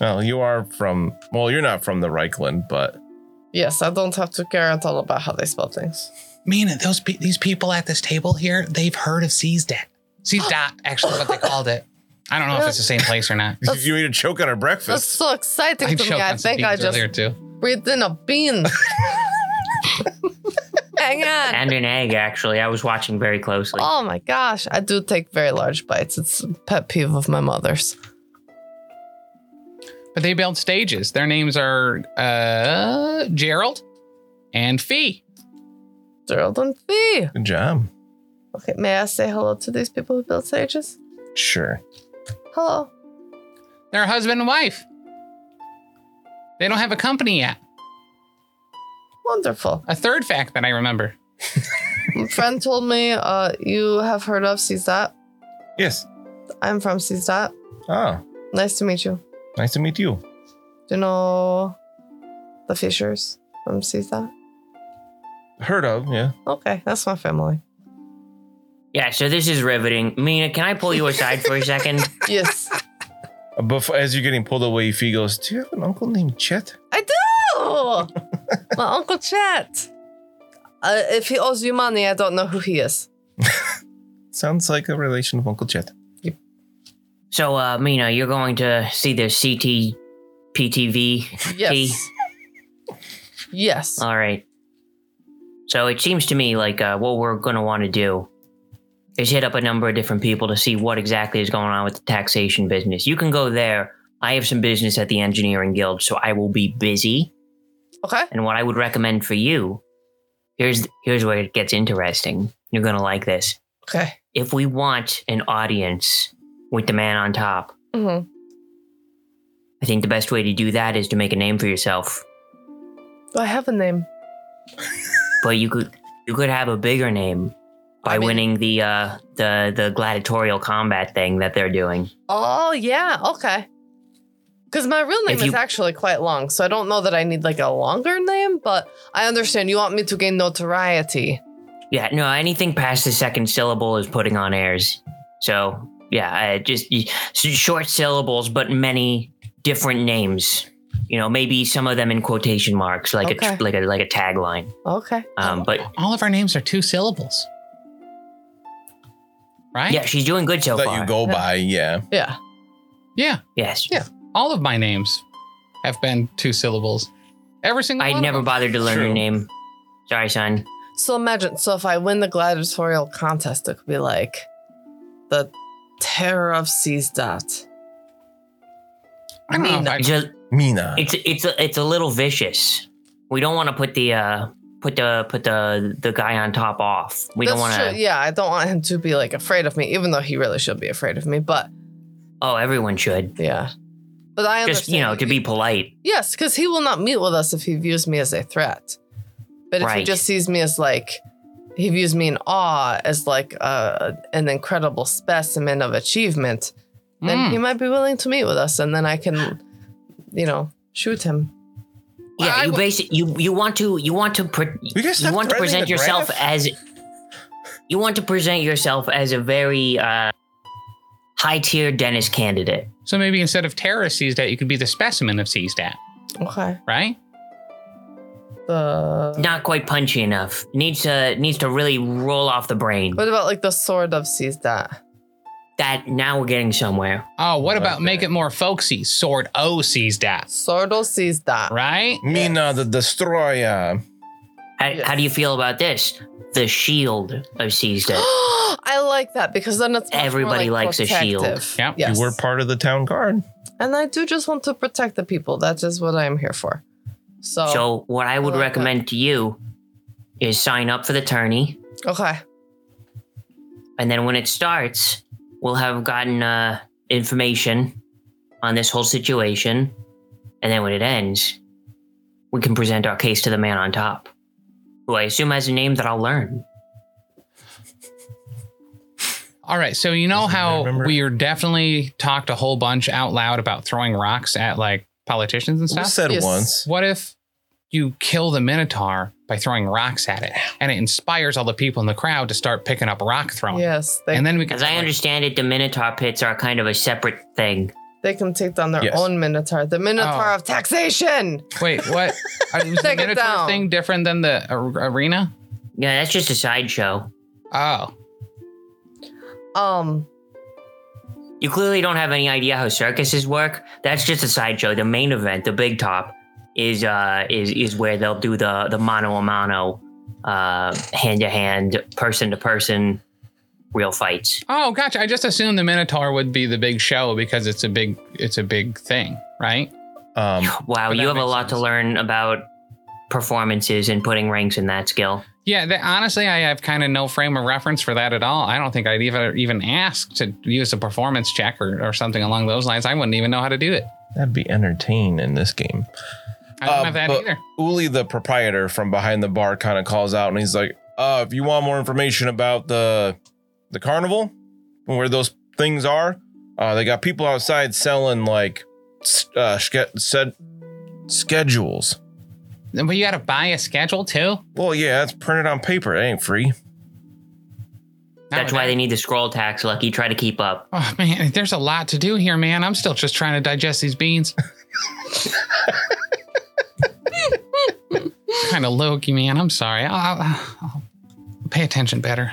S3: Oh, you are from. Well, you're not from the Reichland, but [laughs]
S7: Yes, I don't have to care at all about how they spell things.
S2: Mina, those pe- these people at this table here, they've heard of CZDAT. CZDAT, actually, what they called it. I don't know if it's the same place or
S7: [laughs]
S2: not.
S7: That's-
S3: you ate a choke on our
S7: That's
S3: breakfast.
S7: so exciting
S2: I
S7: to me.
S2: choked
S7: I
S2: on some
S7: think I
S2: beans
S7: just
S2: earlier too.
S7: breathed in a
S2: [laughs]
S7: bean. Hang on.
S4: And an egg, actually. I was watching very closely.
S7: Oh my gosh. I do take very large bites. It's a pet peeve of my mother's.
S2: But they build stages. Their names are uh, Gerald and Fee.
S7: Gerald and Fee.
S3: Good job.
S7: Okay, may I say hello to these people who built stages?
S3: Sure.
S7: Hello.
S2: They're husband and wife. They don't have a company yet.
S7: Wonderful.
S2: A third fact that I remember.
S7: A friend told me uh, you have heard of CSAT.
S3: Yes.
S7: I'm from CSAT.
S3: Ah,
S7: Nice to meet you.
S3: nice to meet you.
S7: Do you know the Fishers from CSAT?
S3: Heard of? Yeah.
S7: Okay, that's my family.
S4: Yeah, so this is riveting. Mina, can I pull you aside for a second?
S7: Yes.
S3: Before, Uh, as you're getting pulled away, Fee goes, "Do you have an uncle named Chet?"
S4: [laughs]
S7: Oh, my uncle Chet. Uh, if he owes you money, I don't know who he is.
S3: Sounds like a relation of Uncle Chet.
S4: So, uh, Mina, you're going to see the CTPTV.
S7: Yes.
S4: He.
S7: Yes.
S4: All right. So it seems to me like uh, what we're going to want to do is hit up a number of different people to see what exactly is going on with the taxation business. You can go there. I have some business at the engineering guild, so I will be busy.
S7: okay.
S4: And what I would recommend for you, here's here's where it gets interesting. You're gonna like this.
S7: Okay.
S4: If
S7: Mm-hmm.
S4: we want an audience with the man on top,
S7: hmm
S4: I think the best way to do that is to make a name for yourself.
S7: Do I have a name?
S4: But you could you could have a bigger name by
S7: I mean-
S4: winning the uh the the gladiatorial combat thing that they're doing.
S7: Oh yeah, okay. Because my real name
S4: If
S7: is
S4: you-
S7: actually quite long, so I don't know that I need like a longer name. But I understand you want me to gain notoriety.
S4: Yeah, no, anything past the second syllable is putting on airs. So yeah, I just y- s- short syllables, but many different names. You know, maybe some of them in quotation marks, like a
S7: Okay.
S4: tr- like a like a tagline.
S7: Okay.
S4: Um, but
S2: All of our names are two syllables. Right?
S4: yeah, she's doing good so
S3: that
S4: far.
S3: you go by, yeah.
S7: Yeah.
S2: Yeah.
S4: Yes,
S7: Yeah.
S2: All of my names have been two syllables. Every single
S4: I
S2: one. of
S4: never
S2: them.
S4: bothered to learn
S3: True.
S4: your name. Sorry, son.
S7: So imagine, so if I win the gladiatorial contest, it could be like the terror of Seasdot.
S2: I don't know if Ah, I-
S4: It's a,
S3: Mina.
S4: it's it's a, it's a little vicious. We don't want to put the uh put the put the the guy on top off. We don't want to.
S7: Yeah, I don't want him to be like afraid of me, even though he really should be afraid of me. But
S4: Oh, everyone should
S7: yeah. But I understand.
S4: just you know to be polite.
S7: Yes, because he will not meet with us if he views me as a threat. But if he
S4: Right.
S7: just sees me as like, he views me in awe as like uh, an incredible specimen of achievement, then
S2: Mm.
S7: he might be willing to meet with us, and then I can, you know, shoot him.
S2: Well,
S4: yeah,
S2: I
S4: you
S2: w-
S4: basically you you want to you want to pre-
S3: We guys
S4: you
S3: stop
S4: want to
S3: threatening
S4: present
S3: the
S4: yourself
S3: graph?
S4: as you want to present yourself as a very uh high tier dentist candidate.
S2: So maybe instead of terrorist CSDAT, you could be the specimen of CSDAT,
S7: Okay.
S2: right?
S7: The
S4: Not quite punchy enough. Needs to needs to really roll off the brain.
S7: what about like the sword of sees that?
S4: That now we're getting somewhere.
S2: Oh, what
S3: I
S2: about
S3: like
S2: make
S3: that.
S2: it more folksy? Sword O CSDAT,
S7: Sword of sees that.
S2: right?
S3: Mina the destroyer.
S4: How,
S7: Yes.
S4: how do you feel about this? The shield of Seasda.
S7: [gasps] I like that because then it's much more,
S4: Everybody
S7: like,
S4: likes a shield.
S7: protective.
S2: Yep.
S7: Yes.
S3: You were part of the town guard.
S7: and I do just want to protect the people. That is what I am here for. So,
S4: So what I would
S7: I like
S4: recommend to you is sign up for the tourney,
S7: okay.
S4: and then when it starts, we'll have gotten uh, information on this whole situation, and then when it ends, we can present our case to the man on top, who I assume has a name that I'll learn.
S2: All right. So you know
S3: Doesn't
S2: how
S3: remember.
S2: we are definitely talked a whole bunch out loud about throwing rocks at like politicians and
S3: We
S2: stuff.
S3: said
S7: Yes.
S3: once.
S2: What if you kill the Minotaur by throwing rocks at it, and it inspires all the people in the crowd to start picking up rock throwing?
S7: Yes, they,
S2: And then we can.
S4: As I understand it, the Minotaur pits are kind of a separate thing.
S7: they can take down their
S3: Yes.
S7: own Minotaur, the Minotaur
S2: Oh.
S7: of taxation.
S2: Wait,
S7: [laughs]
S2: what? Are, was the
S7: Take it
S2: Minotaur
S7: down.
S2: thing different than the ar- arena?
S4: Yeah, that's just a sideshow.
S2: Oh,
S7: Um,
S4: You clearly don't have any idea how circuses work. That's just a sideshow. The main event, the big top, is uh is is where they'll do the the mano a mano, uh hand to hand, person to person, real fights.
S2: oh, gotcha. I just assumed the Minotaur would be the big show because it's a big, it's a big thing, right?
S3: Um,
S4: Wow,
S2: But that
S4: you have a
S2: makes
S4: lot to
S2: sense.
S4: learn about performances and putting ranks in that skill.
S2: Yeah, that, honestly, I have kind of no frame of reference for that at all. I don't think I'd even even ask to use a performance check or, or something along those lines. I wouldn't even know how to do it.
S3: that'd be entertaining in this game.
S2: I don't
S3: Uh,
S2: have that
S3: but-
S2: either.
S3: Uli, the proprietor from behind the bar, kind of calls out and he's like, uh, if you want more information about the the carnival and where those things are, uh, they got people outside selling like s- uh, ske- said schedules.
S2: But you got to buy a schedule too.
S3: Well, yeah, that's printed on paper. It ain't free.
S4: That's why they need the scroll tax, Lucky. Try to keep up.
S2: Oh man, there's a lot to do here, man. I'm still just trying to digest these
S3: [laughs]
S2: beans. kind of logy, man. I'm sorry. I'll, I'll, I'll pay attention better.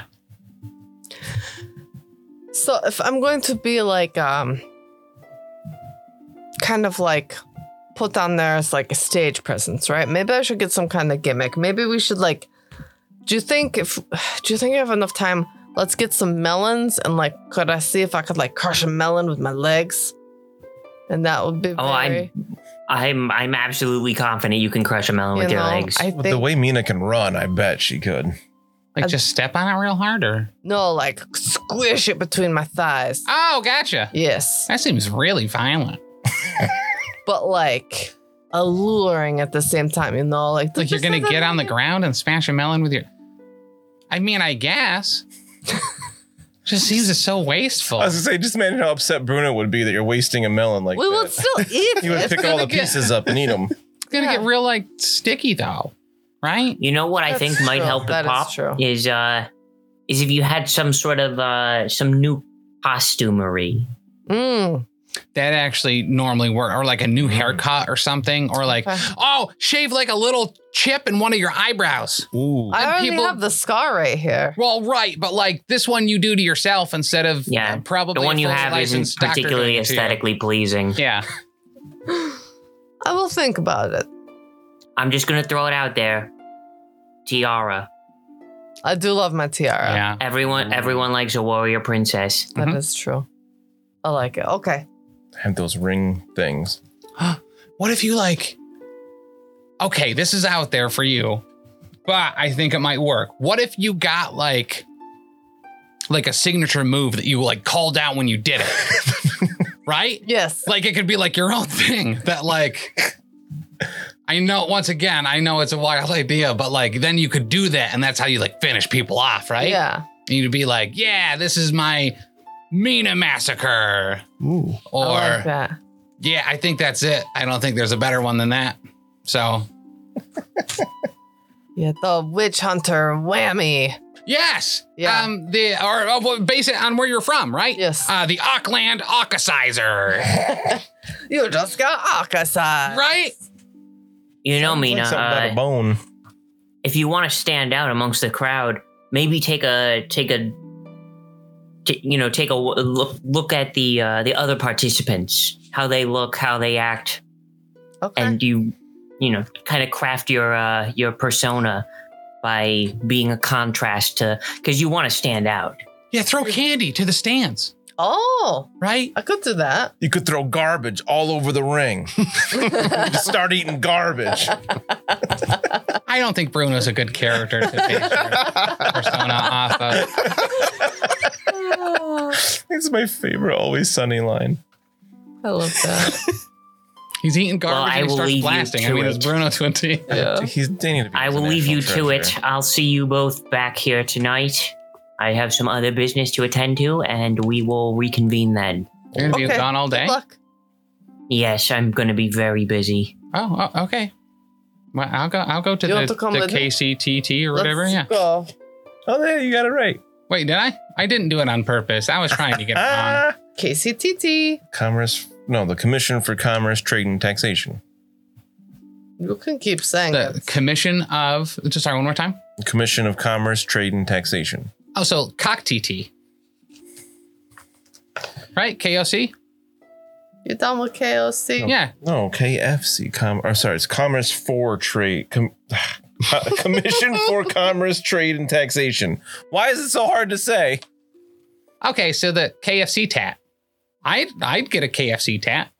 S7: so if I'm going to be like, um, kind of like put on there as like a stage presence, right? Maybe I should get some kind of gimmick. Maybe we should like. Do you think if [sighs] do you think I have enough time? Let's get some melons and like, could I see if I could like crush a melon with my legs? And that would be.
S4: Oh,
S7: very-
S4: I'm I'm I'm absolutely confident you can crush a melon
S7: you
S4: with your
S7: know,
S4: legs.
S7: I
S3: But
S7: think-
S3: the way Mina can run, I bet she could.
S2: Like,
S7: Uh,
S2: just step on it real hard, or
S7: No, like squish it between my thighs.
S2: oh, gotcha.
S7: Yes.
S2: That seems really violent.
S7: but like alluring at the same time, you know? Like,
S2: Like you're
S7: this
S2: gonna
S7: is
S2: get on the
S7: amazing.
S2: ground and smash a melon with your. I mean, I guess. Just seems it's so wasteful.
S3: I was gonna say, just imagine how upset Bruno would be that you're wasting a melon like
S7: We
S3: that. [laughs]
S7: would still eat
S3: he
S7: [laughs]
S3: would
S7: it.
S3: pick all the
S2: get-
S3: pieces up and eat them.
S2: It's gonna get real like sticky though, right?
S4: You know what I
S7: That's
S4: think might
S7: true.
S4: help the
S7: That is
S4: pop
S7: true.
S4: is uh is if you had some sort of uh some new costumery.
S7: Mm.
S2: That actually normally work, or like a new haircut or something, or like,
S7: Okay.
S2: oh, shave like a little chip in one of your eyebrows.
S5: [laughs] Ooh.
S7: I already
S2: people-
S7: have the scar right here.
S2: Well, right, but like this one you do to yourself instead of
S4: Yeah,
S2: uh, probably
S4: The one
S2: a
S4: you
S2: fully
S4: have isn't
S2: licensed doctor
S4: particularly
S2: doing it to you.
S4: aesthetically pleasing.
S2: Yeah,
S7: I will think about it.
S4: I'm just gonna throw it out there. Tiara.
S7: I do love my tiara.
S2: yeah.
S4: Everyone everyone likes a warrior princess.
S7: That is
S2: Mhm.
S7: true. I like it. Okay.
S3: Have those ring things.
S2: What if you like? Okay, this is out there for you, but I think it might work. What if you got like, like a signature move that you like called out when you did it,
S7: [laughs]
S2: right?
S7: Yes.
S2: like it could be like your own thing that like I know once again, I know it's a wild idea, but like then you could do that and that's how you like finish people off, right?
S7: Yeah.
S2: And you'd be like, yeah, this is my Mina massacre.
S5: Ooh.
S2: Or
S7: I like that.
S2: yeah, I think that's it. I don't think there's a better one than that. So
S7: Yeah, the witch hunter whammy. [laughs]
S2: yes.
S7: Yeah.
S2: Um the or uh, well, base it on where you're from, right?
S7: Yes.
S2: Uh the Auckland Aucasizer.
S7: You just got Akasa.
S2: right?
S4: You know,
S3: Sounds like
S4: Mina,
S3: something about
S4: uh,
S3: a bone.
S4: if you want to stand out amongst the crowd, maybe take a take a t- you know take a w- look look at the uh, the other participants, how they look, how they act,
S7: Okay.
S4: and you you know kind of craft your uh, your persona by being a contrast to because you want to stand out.
S2: Yeah, throw candy to the stands,
S7: oh,
S2: right?
S7: I could do that.
S3: You could throw garbage all over the ring. [laughs] Just start eating garbage.
S2: I don't think Bruno's a good character to base your persona off of.
S3: It's my favorite always sunny line.
S7: I love [laughs] that.
S2: He's eating
S4: Well,
S2: garbage
S4: I
S2: and he
S4: will
S2: starts
S4: leave you
S2: blasting. I
S4: to
S2: mean, it's
S4: it.
S2: Bruno to a T.
S7: Yeah.
S3: He's they need to be
S4: I
S3: his
S4: will leave you
S3: national
S4: to it.
S3: treasure.
S4: I'll see you both back here tonight. I have some other business to attend to, and we will reconvene then.
S2: You're gonna be
S7: Okay.
S2: gone all day.
S7: Look.
S4: Yes, I'm going to be very busy.
S2: Oh, oh, okay. Well, I'll go. I'll go to
S7: You
S2: the,
S7: want to come
S2: the
S7: with me?
S2: KCTT or whatever.
S7: Let's
S2: Yeah.
S7: Go.
S3: Oh, there you got it right.
S2: Wait, did I? I didn't do it on purpose. I was trying to get it wrong.
S8: [laughs]
S3: Ah,
S7: KCTT.
S3: commerce. No, the Commission for Commerce, Trade, and Taxation.
S7: You can keep saying
S2: The
S7: that.
S2: commission of. Just sorry, one more time.
S3: Commission of Commerce, Trade, and Taxation.
S2: Oh, so CockTT. Right, KOC.
S7: You're done with KOC.
S2: Yeah,
S3: No, KFC. Com- or sorry, it's Commerce for Trade. Com- [laughs] Commission for Commerce, Trade, and Taxation. Why is it so hard to say?
S2: Okay, so the KFC tat. I'd I'd get a KFC tat.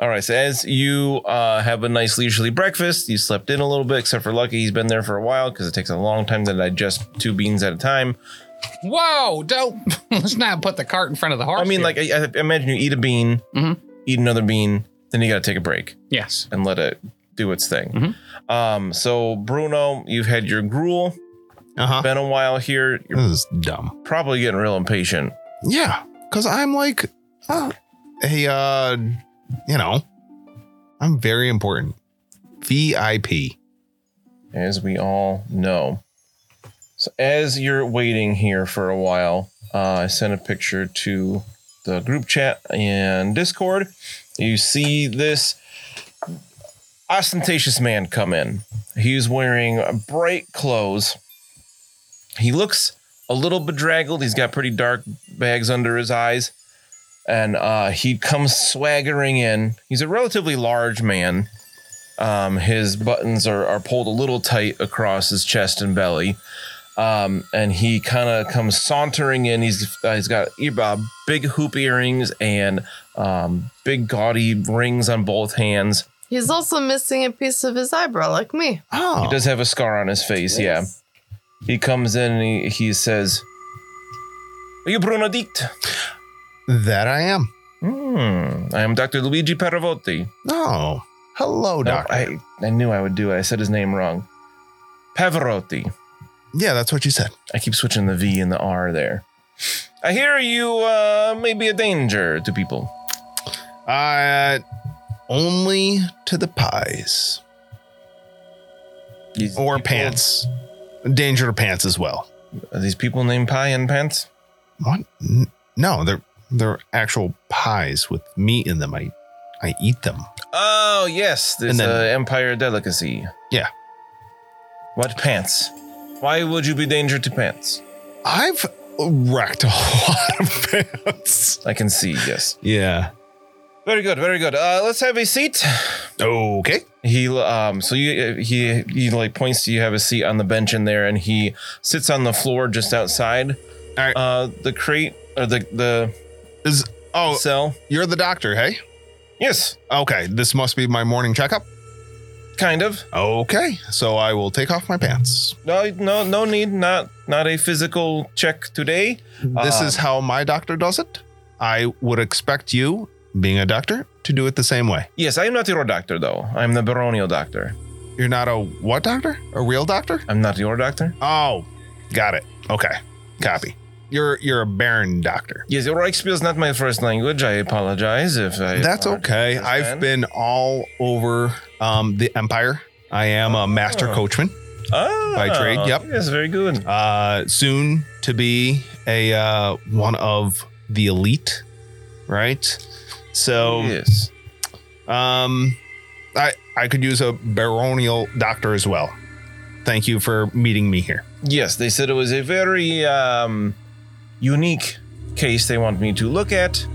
S3: All right. So as you uh, have a nice leisurely breakfast, you slept in a little bit, except for Lucky. He's been there for a while because it takes a long time to digest two beans at a time.
S2: Whoa! Don't [laughs] let's not put the cart in front of the horse.
S3: I mean,
S2: here.
S3: like I, I imagine you eat a bean,
S2: Mhm.
S3: eat another bean, then you got to take a break
S2: yes.
S3: and let it do its thing.
S2: Mhm.
S3: Um, so Bruno, you've had your gruel.
S5: Uh huh.
S3: Been a while here. You're
S5: This is dumb.
S3: probably getting real impatient.
S5: Yeah, because I'm like, uh, hey, uh, you know, I'm very important. VIP.
S3: as we all know. So as you're waiting here for a while, uh, I sent a picture to the group chat and Discord. You see this ostentatious man come in. He's wearing bright clothes. He looks a little bedraggled. He's got pretty dark bags under his eyes. And uh, he comes swaggering in. He's a relatively large man. Um, his buttons are, are pulled a little tight across his chest and belly. Um, and he kind of comes sauntering in. He's uh, he's got ear- uh, big hoop earrings and um, big gaudy rings on both hands.
S7: He's also missing a piece of his eyebrow, like me.
S5: Oh,
S3: He does have a scar on his face. Yeah. He comes in and he, he says, "Are you Bruno Dict?"
S5: that I am.
S3: Hmm. I am Dr. Luigi Paravotti.
S5: Oh, hello,
S3: No,
S5: doctor.
S3: I, I knew I would do it. I said his name wrong. Pavarotti.
S5: yeah, that's what you said.
S3: I keep switching the V and the R there. I hear you uh, may be a danger to people.
S5: Uh, only to the pies
S3: These
S5: or
S3: people-
S5: pants. Danger to pants as well.
S3: Are these people named Pie and Pants?
S5: What? N- No, they're they're actual pies with meat in them. I I eat them.
S3: Oh, yes. This
S5: And then-
S3: uh, Empire delicacy.
S5: Yeah.
S3: What pants? Why would you be danger to pants?
S5: I've wrecked a [laughs] lot of pants.
S3: I can see, yes.
S5: Yeah.
S3: Very good, very good. Uh, let's have a seat.
S5: Okay.
S3: He um so you he he like points to you have a seat on the bench in there and he sits on the floor just outside.
S5: All right.
S3: Uh the crate or the the
S5: Is oh,
S3: cell.
S5: you're the doctor, hey?
S3: Yes,
S5: Okay, this must be my morning checkup.
S3: kind of.
S5: Okay, so I will take off my pants.
S3: No no no need not not a physical check today.
S5: This
S3: Um,
S5: is how my doctor does it. I would expect you, being a doctor, to do it the same way.
S3: Yes, I am not your doctor though. I'm the baronial doctor.
S5: You're not a what doctor? A real doctor?
S3: I'm not your doctor.
S5: Oh, got it. Okay, copy. You're you're a baron doctor.
S3: Yes, Reichspiel is not my first language. I apologize if I
S5: That's
S3: hard to
S5: okay. I've
S3: understand.
S5: been all over um, the empire. I am a master
S3: Oh.
S5: coachman.
S3: Ah,
S5: by trade, yep.
S3: Yes, very good.
S5: uh, soon to be a uh, one of the elite, right? So,
S3: yes.
S5: um, I I could use a baronial doctor as well. Thank you for meeting me here.
S3: Yes, they said it was a very um, unique case they want me to look at.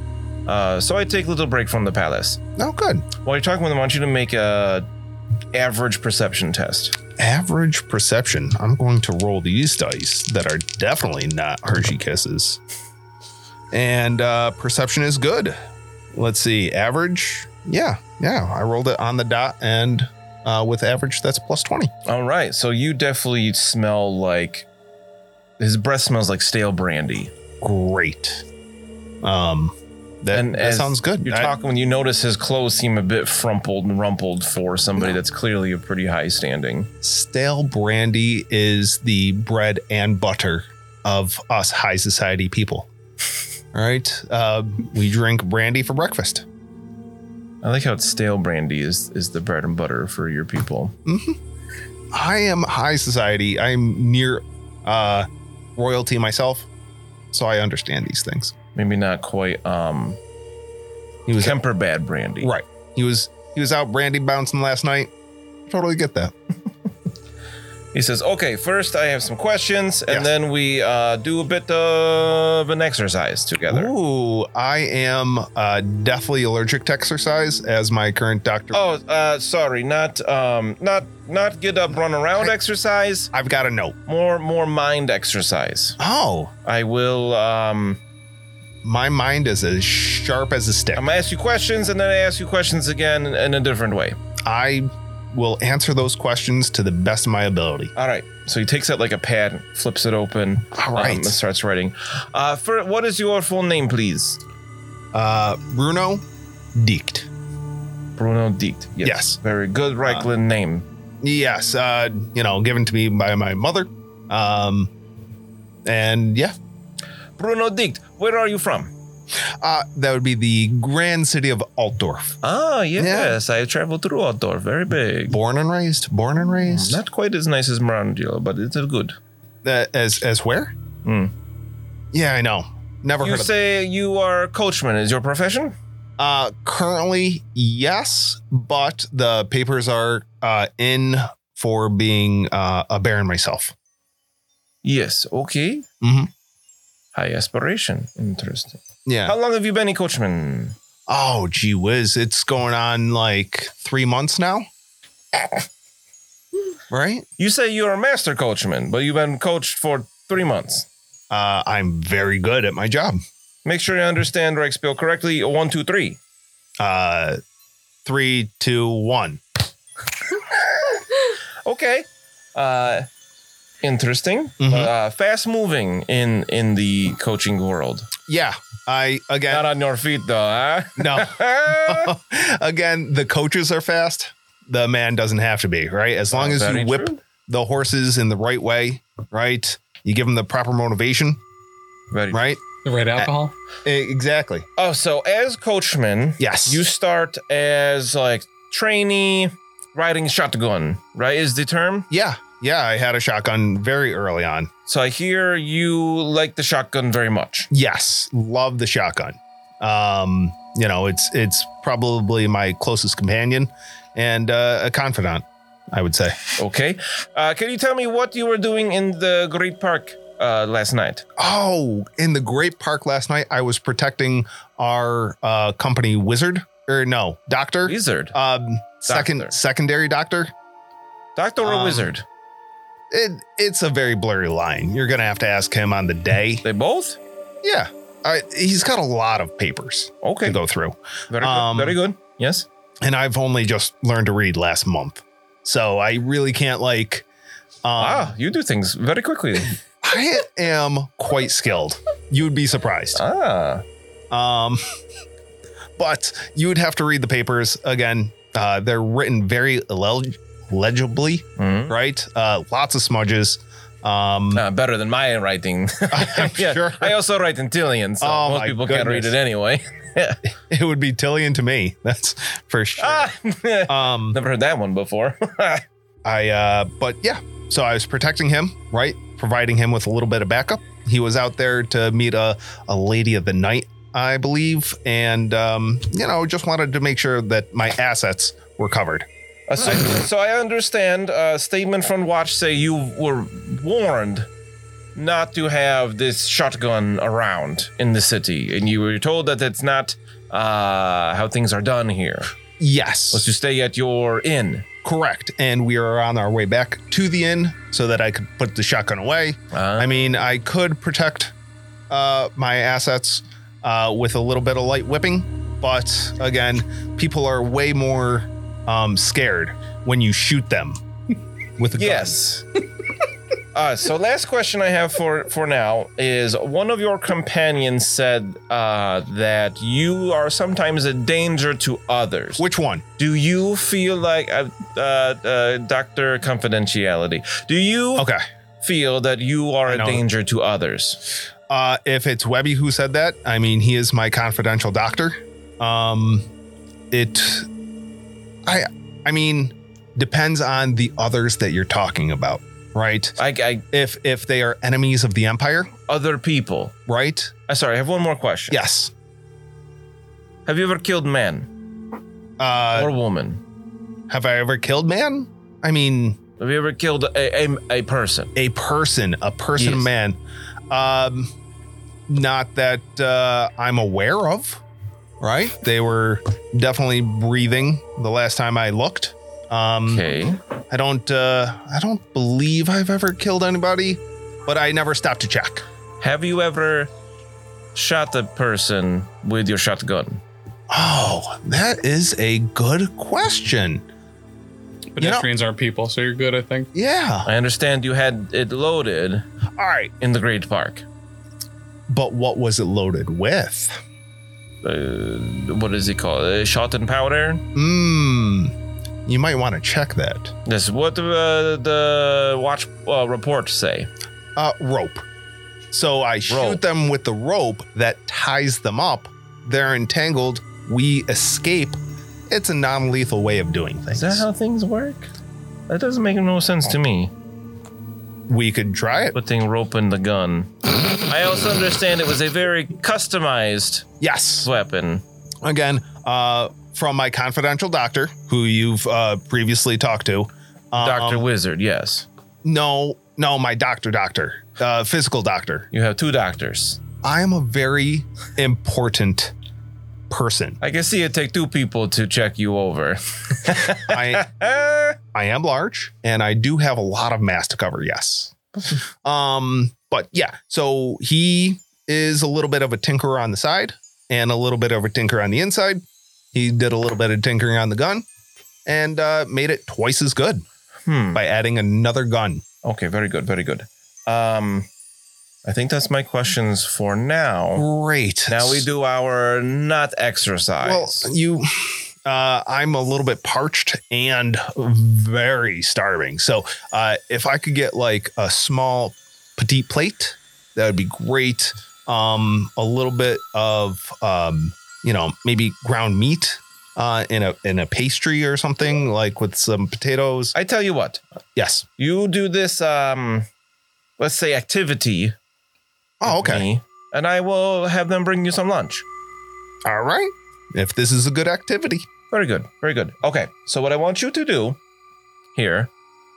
S3: Uh, so I take a little break from the palace.
S5: Oh, good.
S3: While you're talking with them, I want you to make a average perception test.
S5: Average perception. I'm going to roll these dice that are definitely not Hershey kisses. And uh, perception is good. Let's see. Average. Yeah, yeah. I rolled it on the dot, and uh, with average, that's plus twenty.
S3: All right, so you definitely smell like his breath smells like stale brandy.
S5: great. Um, that,
S3: And
S5: that
S3: as
S5: sounds good.
S3: You're
S5: I-
S3: talking when you notice his clothes seem a bit frumpled and rumpled for somebody that's clearly a pretty high standing.
S5: stale brandy is the bread and butter of us high
S3: [laughs]
S5: society people. All right, uh, we drink brandy for breakfast.
S3: I like how it's stale brandy is is the bread and butter for your people.
S5: I am high society. I'm near uh, royalty myself, so I understand these things.
S3: Maybe not quite um
S5: He was
S3: Kemper bad brandy.
S5: right. He was he was out brandy bouncing last night. Totally get that.
S3: He says, "Okay, first I have some questions, and
S5: Yes.
S3: then we uh, do a bit of an exercise together."
S5: Ooh, I am uh, deathly allergic to exercise, as my current doctor.
S3: Oh, uh, sorry, not um, not not get up, run around
S5: I-
S3: exercise.
S5: I've got a note.
S3: More more mind exercise.
S5: Oh,
S3: I will. Um,
S5: my mind is as sharp as a stick.
S3: I'm gonna ask you questions, and then I ask you questions again in a different way.
S5: I will answer those questions to the best of my ability.
S3: All right. So he takes out like a pad, flips it open,
S5: All
S3: um, and starts writing. Uh, for what is your full name, please?
S5: uh, Bruno Diekt.
S3: Bruno Diet.
S5: Yes. Uh.
S3: Very good, Reichland name.
S5: Yes, uh, you know, given to me by my mother. Um, and yeah,
S3: Bruno Diet. Where are you from?
S5: uh, that would be the grand city of Altdorf.
S3: Ah, yes, I traveled through outdoor. Very big.
S5: Born and raised. Born and raised.
S3: Not quite as nice as Marangelo, but it's good.
S5: Uh, as as where?
S3: Hmm.
S5: Yeah, I know. Never
S3: You
S5: heard of
S3: say you are coachman is your profession?
S5: Uh, currently, yes, but the papers are uh, in for being uh, a baron myself.
S3: Yes. Okay.
S5: Mhm.
S3: High aspiration. Interesting.
S5: Yeah.
S3: How long have you been a coachman?
S5: Oh, gee whiz. It's going on like three months
S3: [laughs]
S5: now. right?
S3: You say you're a master coachman, but you've been coached for three months.
S5: Uh, I'm very good at my job.
S3: Make sure you understand Reichspiel correctly. One, two, three.
S5: Uh, three, two, one.
S3: Okay. Uh, interesting.
S5: Mhm.
S3: Uh, fast moving in in the coaching world.
S5: yeah, I
S3: Not
S5: again
S3: on your feet though, [laughs]
S5: no. [laughs]
S3: huh?
S5: again, the coaches are fast. The man doesn't have to be, right? As long as
S3: Very
S5: you whip
S3: true.
S5: the horses in the right way, right? You give them the proper motivation,
S3: Very
S5: right?
S2: The right alcohol.
S8: Uh,
S5: E- Exactly.
S3: Oh, so as coachman,
S5: Yes.
S3: you start as like trainee riding shotgun, right? Is the term?
S5: yeah. Yeah. I had a shotgun very early on.
S3: So I hear you like the shotgun very much.
S5: Yes. Love the shotgun. Um, you know, it's it's probably my closest companion and uh, a confidant, I would say.
S3: Okay. Uh, can you tell me what you were doing in the Great Park uh, last night?
S5: Oh, in the Great Park last night, I was protecting our uh, company wizard or no doctor,
S3: Wizard.
S5: um, second
S3: Doctor.
S5: secondary doctor.
S3: Doctor or
S5: um,
S3: wizard?
S5: It, it's a very blurry line. You're gonna have to ask him on the day.
S3: They both?
S5: Yeah, I, he's got a lot of papers
S3: Okay.
S5: to go through,
S3: Very good.
S5: Um,
S3: very good. Yes.
S5: and I've only just learned to read last month, so I really can't like. Um,
S3: ah, you do things very quickly.
S5: [laughs] I am quite skilled. You'd be surprised.
S3: ah.
S5: Um, [laughs] but you would have to read the papers again. Uh, they're written very illeg- legibly,
S3: Mhm.
S5: right? Uh, lots of smudges.
S3: [laughs]
S5: Um, [laughs]
S3: Uh, better than my writing. [laughs]
S5: I'm
S3: yeah,
S5: sure
S3: I also write in Tillian, so
S5: Oh,
S3: most
S5: my
S3: people can't read
S5: goodness.
S3: it anyway.
S5: it would be Tillian to me. [laughs] That's for sure.
S3: Ah.
S5: Um,
S3: [laughs] Never heard that one before. [laughs]
S5: I, uh, but yeah, so I was protecting him, right? Providing him with a little bit of backup. He was out there to meet a, a lady of the night, I believe. And, um, you know, just wanted to make sure that my assets were covered.
S3: Uh, so, so I understand a statement from Watch say you were warned not to have this shotgun around in the city, and you were told that it's not uh, how things are done here.
S5: Yes.
S3: Was to stay at your inn.
S5: Correct. And we are on our way back to the inn so that I could put the shotgun away. I
S3: Uh,
S5: mean, I could protect uh, my assets uh, with a little bit of light whipping, but again, people are way more um, scared when you shoot them with a gun.
S3: yes. [laughs] uh, so last question I have for for now is one of your companions said uh, that you are sometimes a danger to others.
S5: Which one?
S3: Do you feel like uh, uh, uh, Doctor Confidentiality? Do you
S5: Okay.
S3: feel that you are
S5: I
S3: a
S5: know.
S3: danger to others?
S5: Uh, if it's Webby who said that, I mean, he is my confidential doctor. Um, it, I, I mean, depends on the others that you're talking about, right?
S3: I, I
S5: If if they are enemies of the empire,
S3: other people.
S5: right?
S3: Uh, sorry, I have one more question.
S5: Yes.
S3: Have you ever killed man
S5: Uh,
S3: or woman?
S5: have I ever killed man? I mean,
S3: Have you ever killed a a, a person?
S5: a person, a person,
S3: Yes.
S5: man. Um, not that uh, I'm aware of, right? They were definitely breathing the last time I looked. Um,
S3: Okay.
S5: I don't, uh, I don't believe I've ever killed anybody, but I never stopped to check.
S3: Have you ever shot a person with your shotgun?
S5: Oh, that is a good question.
S2: Pedestrians aren't people, so you're good, I think.
S5: Yeah.
S3: I understand you had it loaded
S5: All right.
S3: in the Great Park.
S5: But what was it loaded with?
S3: Uh, what is it called? Uh, shot and powder?
S5: Hmm. You might want to check that.
S3: This is what uh, the watch uh, report say.
S5: Uh, rope. So I shoot
S3: Rope.
S5: them with the rope that ties them up. They're entangled. We escape. It's a non lethal way of doing
S3: Is
S5: things.
S3: that how things work? That doesn't make no sense to me.
S5: we could try it.
S3: Putting rope in the gun. I also understand it was a very customized
S5: Yes.
S3: weapon.
S5: Again, uh, from my confidential doctor, who you've uh, previously talked to. Um,
S3: Dr. Wizard, yes.
S5: No, no, my doctor, doctor, uh, physical doctor.
S3: You have two doctors.
S5: I am a very important person.
S3: I can see it take two people to check you over.
S5: I
S3: Eh,
S5: I am large and I do have a lot of mass to cover,
S3: [laughs]
S5: yes. um, but yeah, so he is a little bit of a tinkerer on the side and a little bit of a tinker on the inside. He did a little bit of tinkering on the gun and uh, made it twice as good
S3: [laughs] hmm.
S5: by adding another gun.
S3: Okay, very good, very good. Um, I think that's my questions for now.
S5: Great.
S3: Now we do our not exercise.
S5: Well, you, uh, I'm a little bit parched and very starving. So uh, if I could get like a small petite plate, that would be great. Um, a little bit of, um, you know, maybe ground meat. Uh, in a in a pastry or something like with some potatoes.
S3: I tell you what,
S5: Yes.
S3: you do this um let's say activity.
S5: Oh,
S3: with
S5: okay.
S3: me, and I will have them bring you some lunch.
S5: All right. If this is a good activity,
S3: Very good. Very good. Okay. So what I want you to do here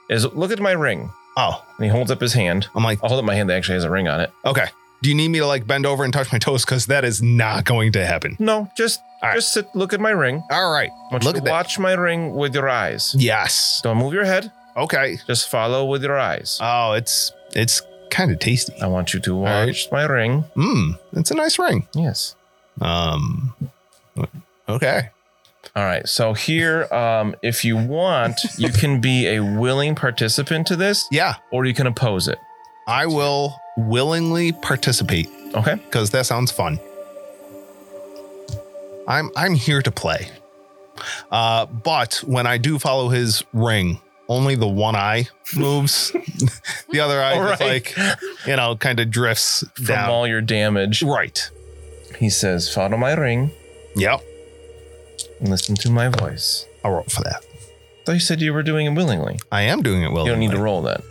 S3: is look at my ring.
S5: oh,
S3: And he holds up his hand.
S5: I'm like,
S3: I'll hold up my hand that actually has a ring on it.
S5: okay. Do you need me to like bend over and touch my toes? Because that is not going to happen.
S3: No, just
S5: All right.
S3: just sit look at my ring.
S5: All right.
S3: I want
S5: Look
S3: you to
S5: at that.
S3: watch my ring with your eyes.
S5: Yes.
S3: Don't move your head.
S5: Okay.
S3: Just follow with your eyes.
S5: Oh, it's it's kind of tasty.
S3: I want you to
S5: right.
S3: watch my ring.
S5: Mmm. It's a nice ring.
S3: Yes.
S5: Um. Okay.
S3: All right. So here, um, if you want, you can be a willing participant to this,
S5: Yeah,
S3: or you can oppose it.
S5: I will willingly participate
S3: Okay.
S5: because that sounds fun. I'm I'm here to play. Uh, but when I do follow his ring, only the one eye
S3: [laughs]
S5: moves. the other eye
S3: All
S5: just
S3: right.
S5: like you know kind of drifts
S3: From
S5: down.
S3: all your damage,
S5: right.
S3: he says, "Follow my ring
S5: Yep.
S3: and listen to my voice."
S5: I'll roll for that.
S3: I thought you said you were doing it willingly.
S5: I am doing
S3: You
S5: it
S3: don't
S5: willingly.
S3: need to roll that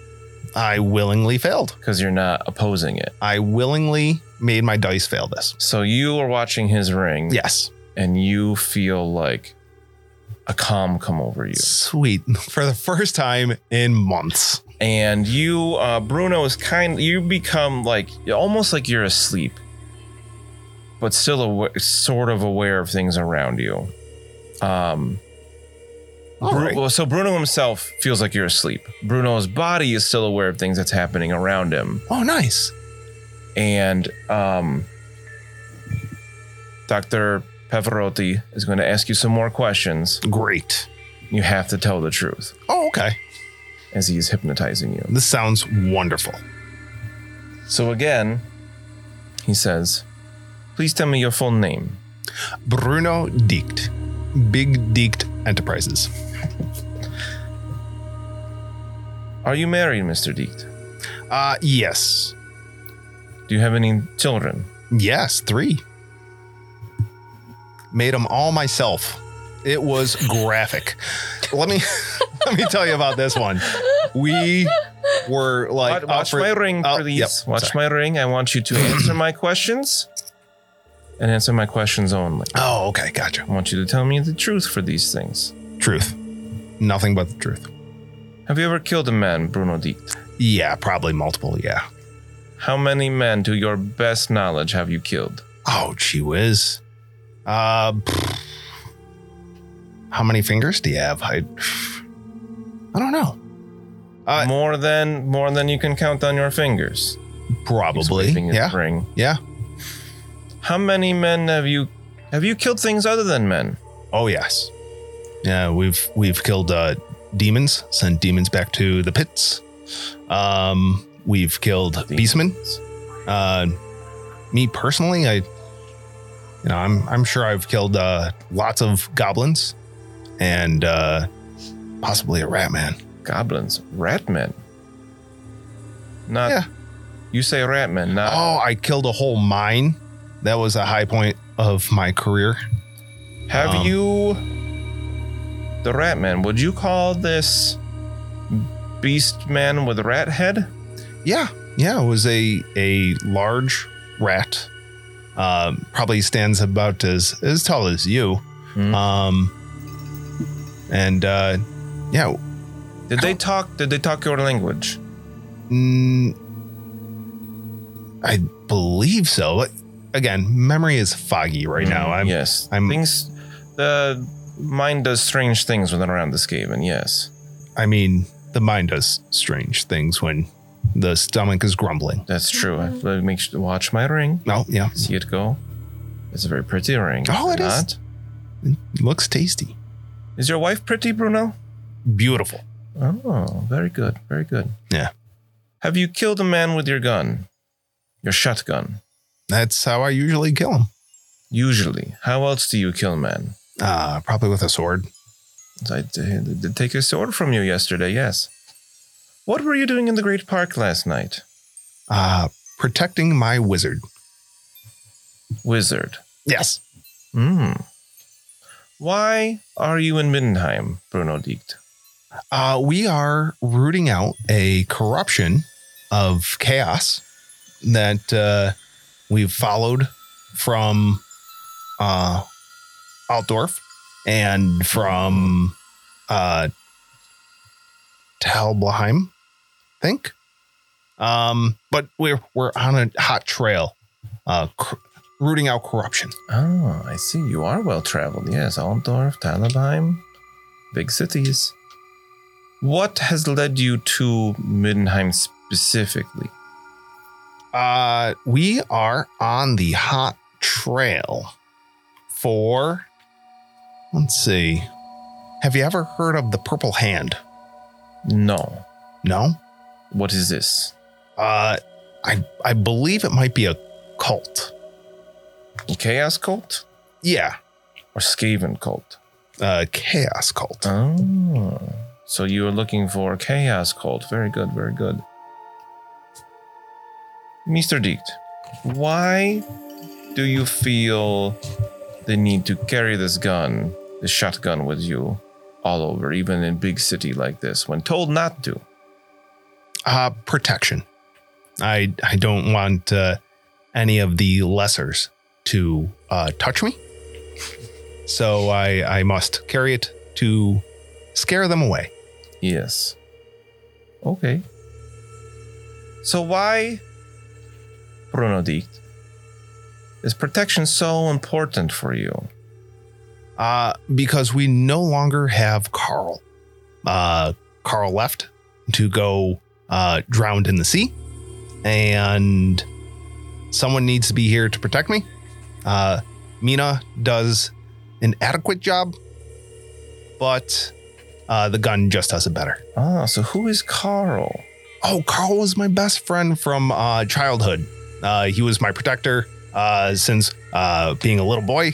S5: I willingly failed.
S3: because you're not opposing it.
S5: I willingly made my dice fail this.
S3: So you are watching his ring,
S5: Yes.
S3: and you feel like a calm come over you.
S5: Sweet. [laughs] For the first time in months.
S3: and you uh bruno is kind you become like almost like you're asleep but still awa- sort of aware of things around you um
S5: All
S3: Bru-
S5: right.
S3: well, so bruno himself feels like you're asleep bruno's body is still aware of things that's happening around him
S5: Oh, nice.
S3: and um dr pavarotti is going to ask you some more questions
S5: Great.
S3: you have to tell the truth
S5: Oh, okay.
S3: as he's hypnotizing you
S5: This sounds wonderful.
S3: So again, he says, Please tell me your full name.
S5: Bruno Diekt. Big Diekt Enterprises.
S3: Are you married, Mr. Deet?
S5: Uh, yes.
S3: Do you have any children?
S5: Yes, three. Made them all myself. It was graphic. let me [laughs] let me tell you about this one. We were like
S3: Wa-
S5: up
S3: watch
S5: for-
S3: my ring,
S5: uh,
S3: please.
S5: yep,
S3: watch my ring. I want you to answer my questions and answer my questions only.
S5: Oh, okay, gotcha.
S3: I want you to tell me the truth for these things.
S5: Truth. Nothing but the truth.
S3: Have you ever killed a man, Bruno Deet?
S5: Yeah, probably multiple. Yeah.
S3: How many men, to your best knowledge, have you killed?
S5: Oh, gee whiz. Uh, pfft. how many fingers do you have? I, [sighs] I don't know. Uh,
S3: more than more than you can count on your fingers. He's
S5: Probably.
S3: waving his
S5: Yeah.
S3: Ring.
S5: Yeah.
S3: How many men have you have you killed things other than men?
S5: Oh yes. Yeah, we've we've killed uh, demons, sent demons back to the pits. Um, we've killed beastmen. Uh, me personally, I, you know, I'm I'm sure I've killed uh, lots of goblins, and uh, possibly a rat man.
S3: Goblins, rat men. Not
S5: Yeah.
S3: you say rat men, not
S5: Oh, I killed a whole mine. That was a high point of my career.
S3: have
S5: um,
S3: you the rat man, would you call this beast man with rat head?
S5: Yeah, yeah, it was a a large rat. Um, probably stands about as as tall as you.
S3: Mm.
S5: Um, and uh, yeah,
S3: Did they talk did they talk your language?
S5: mm, I believe so. But Again, memory is foggy right now.
S3: Mm,
S5: I'm
S3: yes.
S5: I'm-
S3: things the mind does strange things when around this cave, and yes.
S5: I mean, the mind does strange things when the stomach is grumbling.
S3: That's true. I have to make sure to watch my ring.
S5: Oh yeah,
S3: See it go. It's a very pretty ring.
S5: Oh,
S3: it
S5: it
S3: is.
S5: is. looks tasty,
S3: Is your wife pretty, Bruno?
S5: beautiful.
S3: Oh, very good, very good.
S5: Yeah.
S3: Have you killed a man with your gun? Your shotgun.
S5: That's how I usually kill him.
S3: Usually. How else do you kill men?
S5: Uh, probably with a sword.
S3: I did did take a sword from you yesterday, yes. What were you doing in the Great Park last night?
S5: Uh, protecting my wizard.
S3: Wizard.
S5: Yes.
S3: Hmm. Why are you in Mindenheim, Bruno Dicht?
S5: Uh, we are rooting out a corruption of chaos that uh, we've followed from uh, Altdorf and from uh, Talblheim, I think. Um, but we're we're on a hot trail, uh, cr- rooting out corruption.
S3: Oh, I see. You are well traveled. Yes, Altdorf, Talabheim, big cities. What has led you to Mindenheim specifically?
S5: Uh, we are on the hot trail for. Let's see. Have you ever heard of the Purple Hand?
S3: No.
S5: No.
S3: What is this?
S5: Uh, I I believe it might be a cult.
S3: Chaos cult
S5: Yeah,
S3: or Skaven cult?
S5: a chaos cult.
S3: Oh. So you are looking for chaos cult. Very good, very good. Mr. Dicht, why do you feel the need to carry this gun, this shotgun with you all over, even in big city like this, when told not to?
S5: Uh, protection. I I don't want uh, any of the lessers to uh, touch me. So I I must carry it to scare them away.
S3: Yes. Okay. So why, Bruno Dicht, is protection so important for you?
S5: uh, because we no longer have Carl. Uh, Carl left to go uh, drowned in the sea, and someone needs to be here to protect me. Uh, Mina does an adequate job, but uh, the gun just does it better.
S3: Ah, so who is Carl?
S5: Oh, Carl was my best friend from uh, childhood. Uh, he was my protector uh, since uh, being a little boy,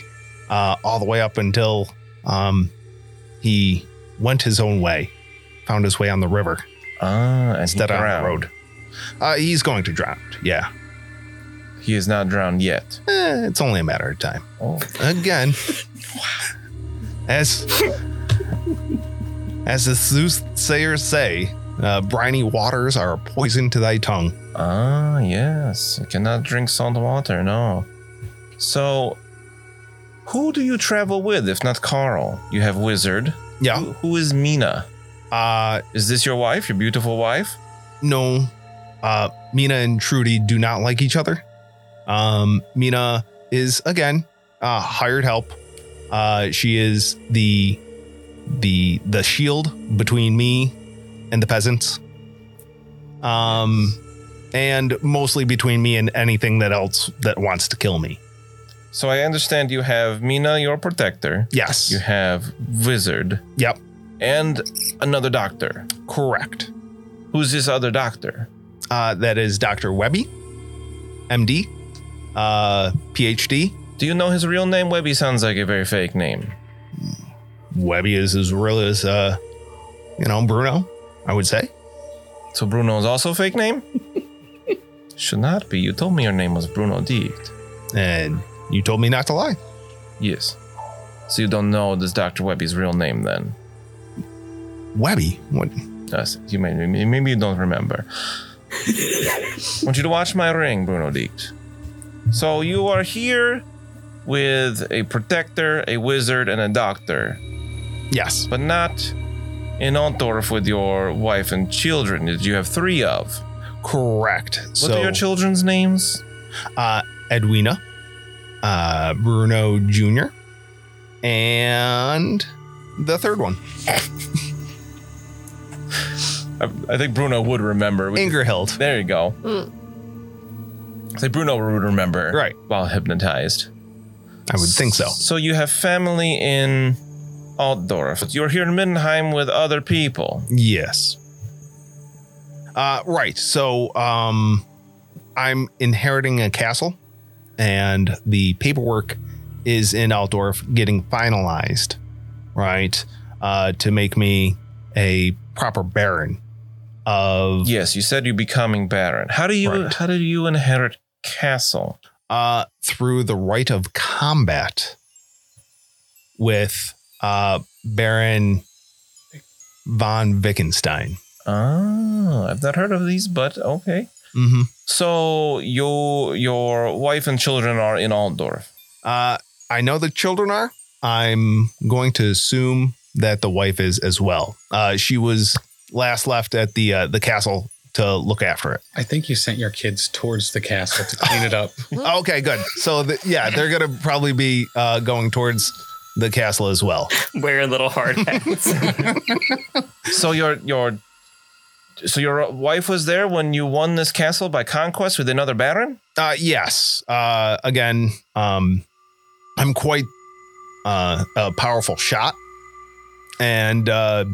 S5: uh, all the way up until um, he went his own way, found his way on the river
S3: Ah, and
S5: instead
S3: he
S5: of on
S3: drowned.
S5: the road. Uh, he's going to drown. Yeah,
S3: He is not drowned yet.
S5: Eh, it's only a matter of time.
S3: Oh, [laughs]
S5: Again, as as the soothsayers say, uh, briny waters are a poison to thy tongue.
S3: ah, yes. I cannot drink salt water, no. So, who do you travel with if not Carl? You have Wizard.
S5: Yeah.
S3: Who, who is Mina?
S5: Uh,
S3: Is this your wife, your beautiful wife?
S5: no, uh, Mina and Trudy do not like each other. Um, Mina is again uh, hired help. Uh, she is the the the shield between me and the peasants. Um, and mostly between me and anything that else that wants to kill me.
S3: So, I understand you have Mina, your protector.
S5: Yes.
S3: You have Wizard.
S5: Yep.
S3: And another doctor.
S5: Correct.
S3: Who's this other doctor?
S5: Uh, that is Dr. Webby, MD, uh, PhD.
S3: Do you know his real name? Webby sounds like a very fake name.
S5: Webby is as real as uh you know Bruno, I would say.
S3: So Bruno is also a fake name? [laughs] Should not be. You told me your name was Bruno Diet.
S5: And you told me not to lie.
S3: Yes. So you don't know this Dr. Webby's real name then?
S5: Webby, what
S3: Yes. You may, maybe you don't remember. I want you to watch my ring, Bruno Diet. So you are here with a protector, a wizard, and a doctor,
S5: yes.
S3: but not in Ontorf with your wife and children that you have three of.
S5: Correct.
S3: What are
S5: so
S3: your children's names?
S5: uh Edwina, uh Bruno Jr. and the third one,
S3: I, I think Bruno would remember. We-
S5: Ingerhild.
S3: There you go.
S7: Mm.
S3: Say Bruno would remember.
S5: Right.
S3: While hypnotized.
S5: I would think so.
S3: So you have family in Altdorf. You're here in Mindenheim with other people.
S5: Yes. Uh right. So um I'm inheriting a castle, and the paperwork is in Altdorf getting finalized, right? Uh, to make me a proper baron of
S3: Yes, you said you're becoming Baron. How do you
S5: Right.
S3: how do you inherit castle?
S5: uh, through the right of combat with uh, Baron von Wittgenstein.
S3: Ah, I've not heard of these, but okay.
S5: Mm-hmm.
S3: So your your wife and children are in Altdorf.
S5: Uh, I know the children are. I'm going to assume that the wife is as well. Uh, she was last left at the uh, the castle to look after it.
S8: I think you sent your kids towards the castle to clean it up.
S5: Oh, Okay, good. So th- yeah, they're gonna probably be uh, going towards the castle as well.
S4: Wear little [laughs] hard hats.
S3: So your your so your wife was there when you won this castle by conquest with another baron?
S5: Uh, yes. Uh, again, um, I'm quite uh, a powerful shot. And uh,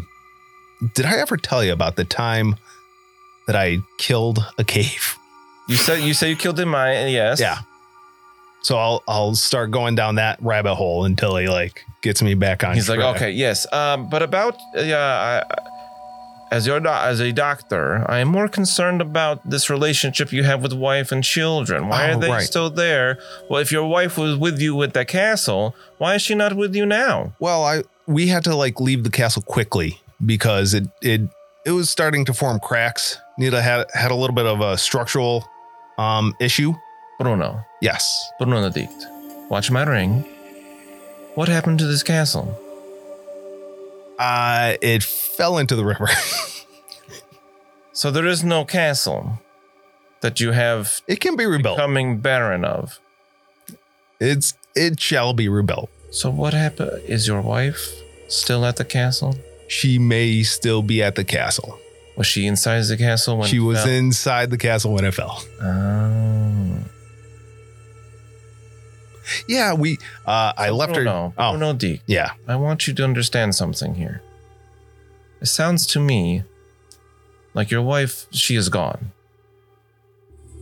S5: did I ever tell you about the time that I killed a cave?
S3: You said you said you killed him. I yes.
S5: Yeah. So I'll I'll start going down that rabbit hole until he like gets me back on.
S3: He's like,
S5: track.
S3: okay, yes. Um, but about yeah, I, as your do- as a doctor, I am more concerned about this relationship you have with wife and children. Why
S5: Oh,
S3: are they
S5: right.
S3: still there? Well, if your wife was with you at the castle, why is she not with you now?
S5: Well, I we had to like leave the castle quickly because it it it was starting to form cracks. Nita had had a little bit of a structural um issue.
S3: Bruno,
S5: Yes.
S3: Bruno Dict, watch my ring. What happened to this castle?
S5: Uh it fell into the river. [laughs]
S3: So there is no castle that you have
S5: it can be rebuilt.
S3: coming baron of.
S5: It's it shall be rebuilt.
S3: So what happened? Is your wife still at the castle?
S5: She may still be at the castle.
S3: Was she inside the castle when
S5: she
S3: it
S5: was
S3: fell?
S5: inside the castle when it fell.
S3: Oh.
S5: Yeah, we uh I left her.
S3: Bruno,
S5: Oh.
S3: Bruno Deke,
S5: Yeah.
S3: I want you to understand something here. It sounds to me like your wife, she is gone.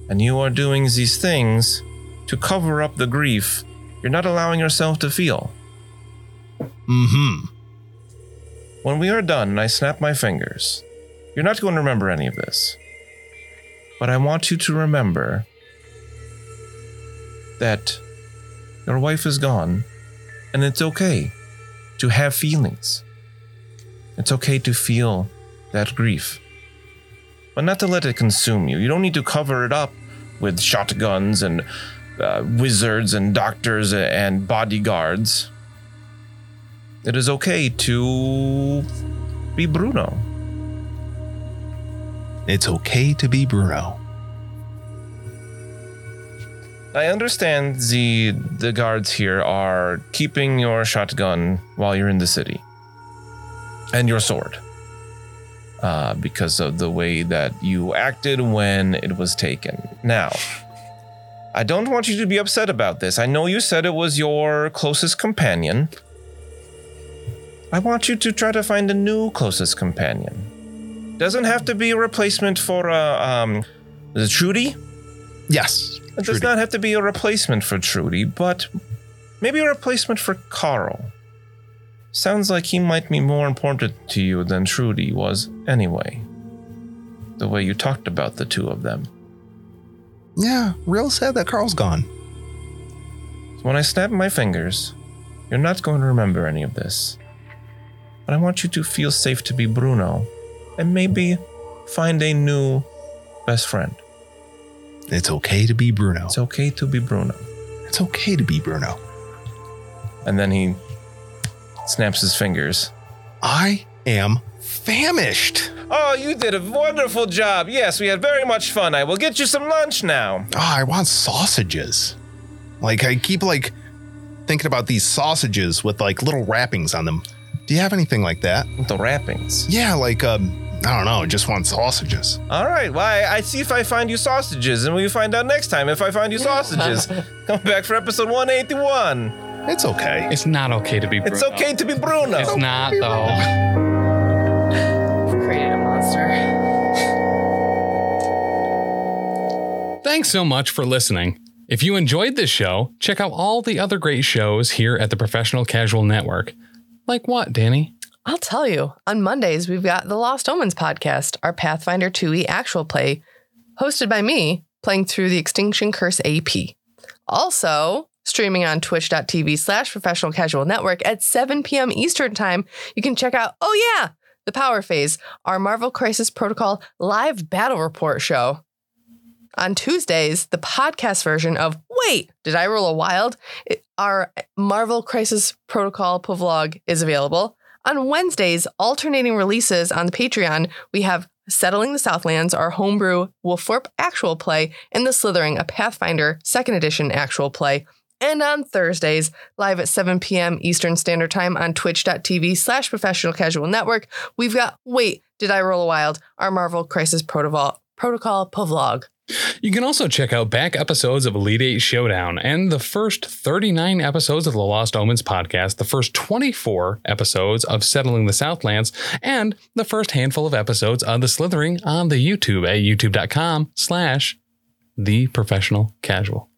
S3: And you are doing these things to cover up the grief you're not allowing yourself to feel.
S5: Mhm.
S3: When we are done and I snap my fingers, you're not going to remember any of this. But I want you to remember that your wife is gone and it's okay to have feelings. It's okay to feel that grief, but not to let it consume you. You don't need to cover it up with shotguns and uh, wizards and doctors and bodyguards it is okay to be Bruno.
S5: It's okay to be Bruno.
S3: I understand the the guards here are keeping your shotgun while you're in the city, and your sword, uh, because of the way that you acted when it was taken. Now, I don't want you to be upset about this. I know you said it was your closest companion. I want you to try to find a new closest companion. Doesn't have to be a replacement for uh, um, the Trudy.
S5: Yes.
S3: It does
S5: Trudy.
S3: not have to be a replacement for Trudy, but maybe a replacement for Carl. Sounds like he might be more important to you than Trudy was anyway. The way you talked about the two of them.
S5: Yeah, real sad that Carl's gone.
S3: So when I snap my fingers, you're not going to remember any of this. But I want you to feel safe to be Bruno and maybe find a new best friend.
S5: It's okay to be Bruno.
S3: It's okay to be Bruno.
S5: It's okay to be Bruno.
S3: And then he snaps his fingers.
S5: I am famished.
S3: Oh, you did a wonderful job. Yes, we had very much fun. I will get you some lunch now.
S5: Oh, I want sausages. Like I keep like thinking about these sausages with like little wrappings on them. Do you have anything like that?
S3: The wrappings.
S5: Yeah, like um, I don't know. Just want sausages.
S3: All right. Well, I, I see if I find you sausages, and we find out next time if I find you
S2: [laughs]
S3: sausages. Come back for episode 181.
S5: It's okay.
S2: [laughs] It's not okay to be Bruno.
S3: It's okay to be Bruno.
S2: It's not, though.
S7: Create a monster.
S2: Thanks so much for listening. If you enjoyed this show, check out all the other great shows here at the Professional Casual Network. Like what, Danny?
S7: I'll tell you, on Mondays, we've got the Lost Omens podcast, our Pathfinder 2e actual play, hosted by me, playing through the Extinction Curse AP. Also, streaming on twitch.tv slash professional casual network at 7 p.m. Eastern Time, you can check out, oh yeah, The Power Phase, our Marvel Crisis Protocol live battle report show. On Tuesdays, the podcast version of Wait, Did I Roll a Wild? It- Our Marvel Crisis Protocol Povlog is available. On Wednesdays, alternating releases on the Patreon, we have Settling the Southlands, our homebrew Wolforp actual play, and The Slithering, a Pathfinder second edition actual play. And on Thursdays, live at 7 p.m. Eastern Standard Time on twitch.tv slash professional casual network, we've got Wait, Did I Roll a Wild? Our Marvel Crisis Protocol, Protocol Povlog.
S2: You can also check out back episodes of Elite Eight Showdown and the first 39 episodes of the Lost Omens podcast, the first 24 episodes of Settling the Southlands, and the first handful of episodes of The Slithering on the YouTube at youtube.com slash the professional casual.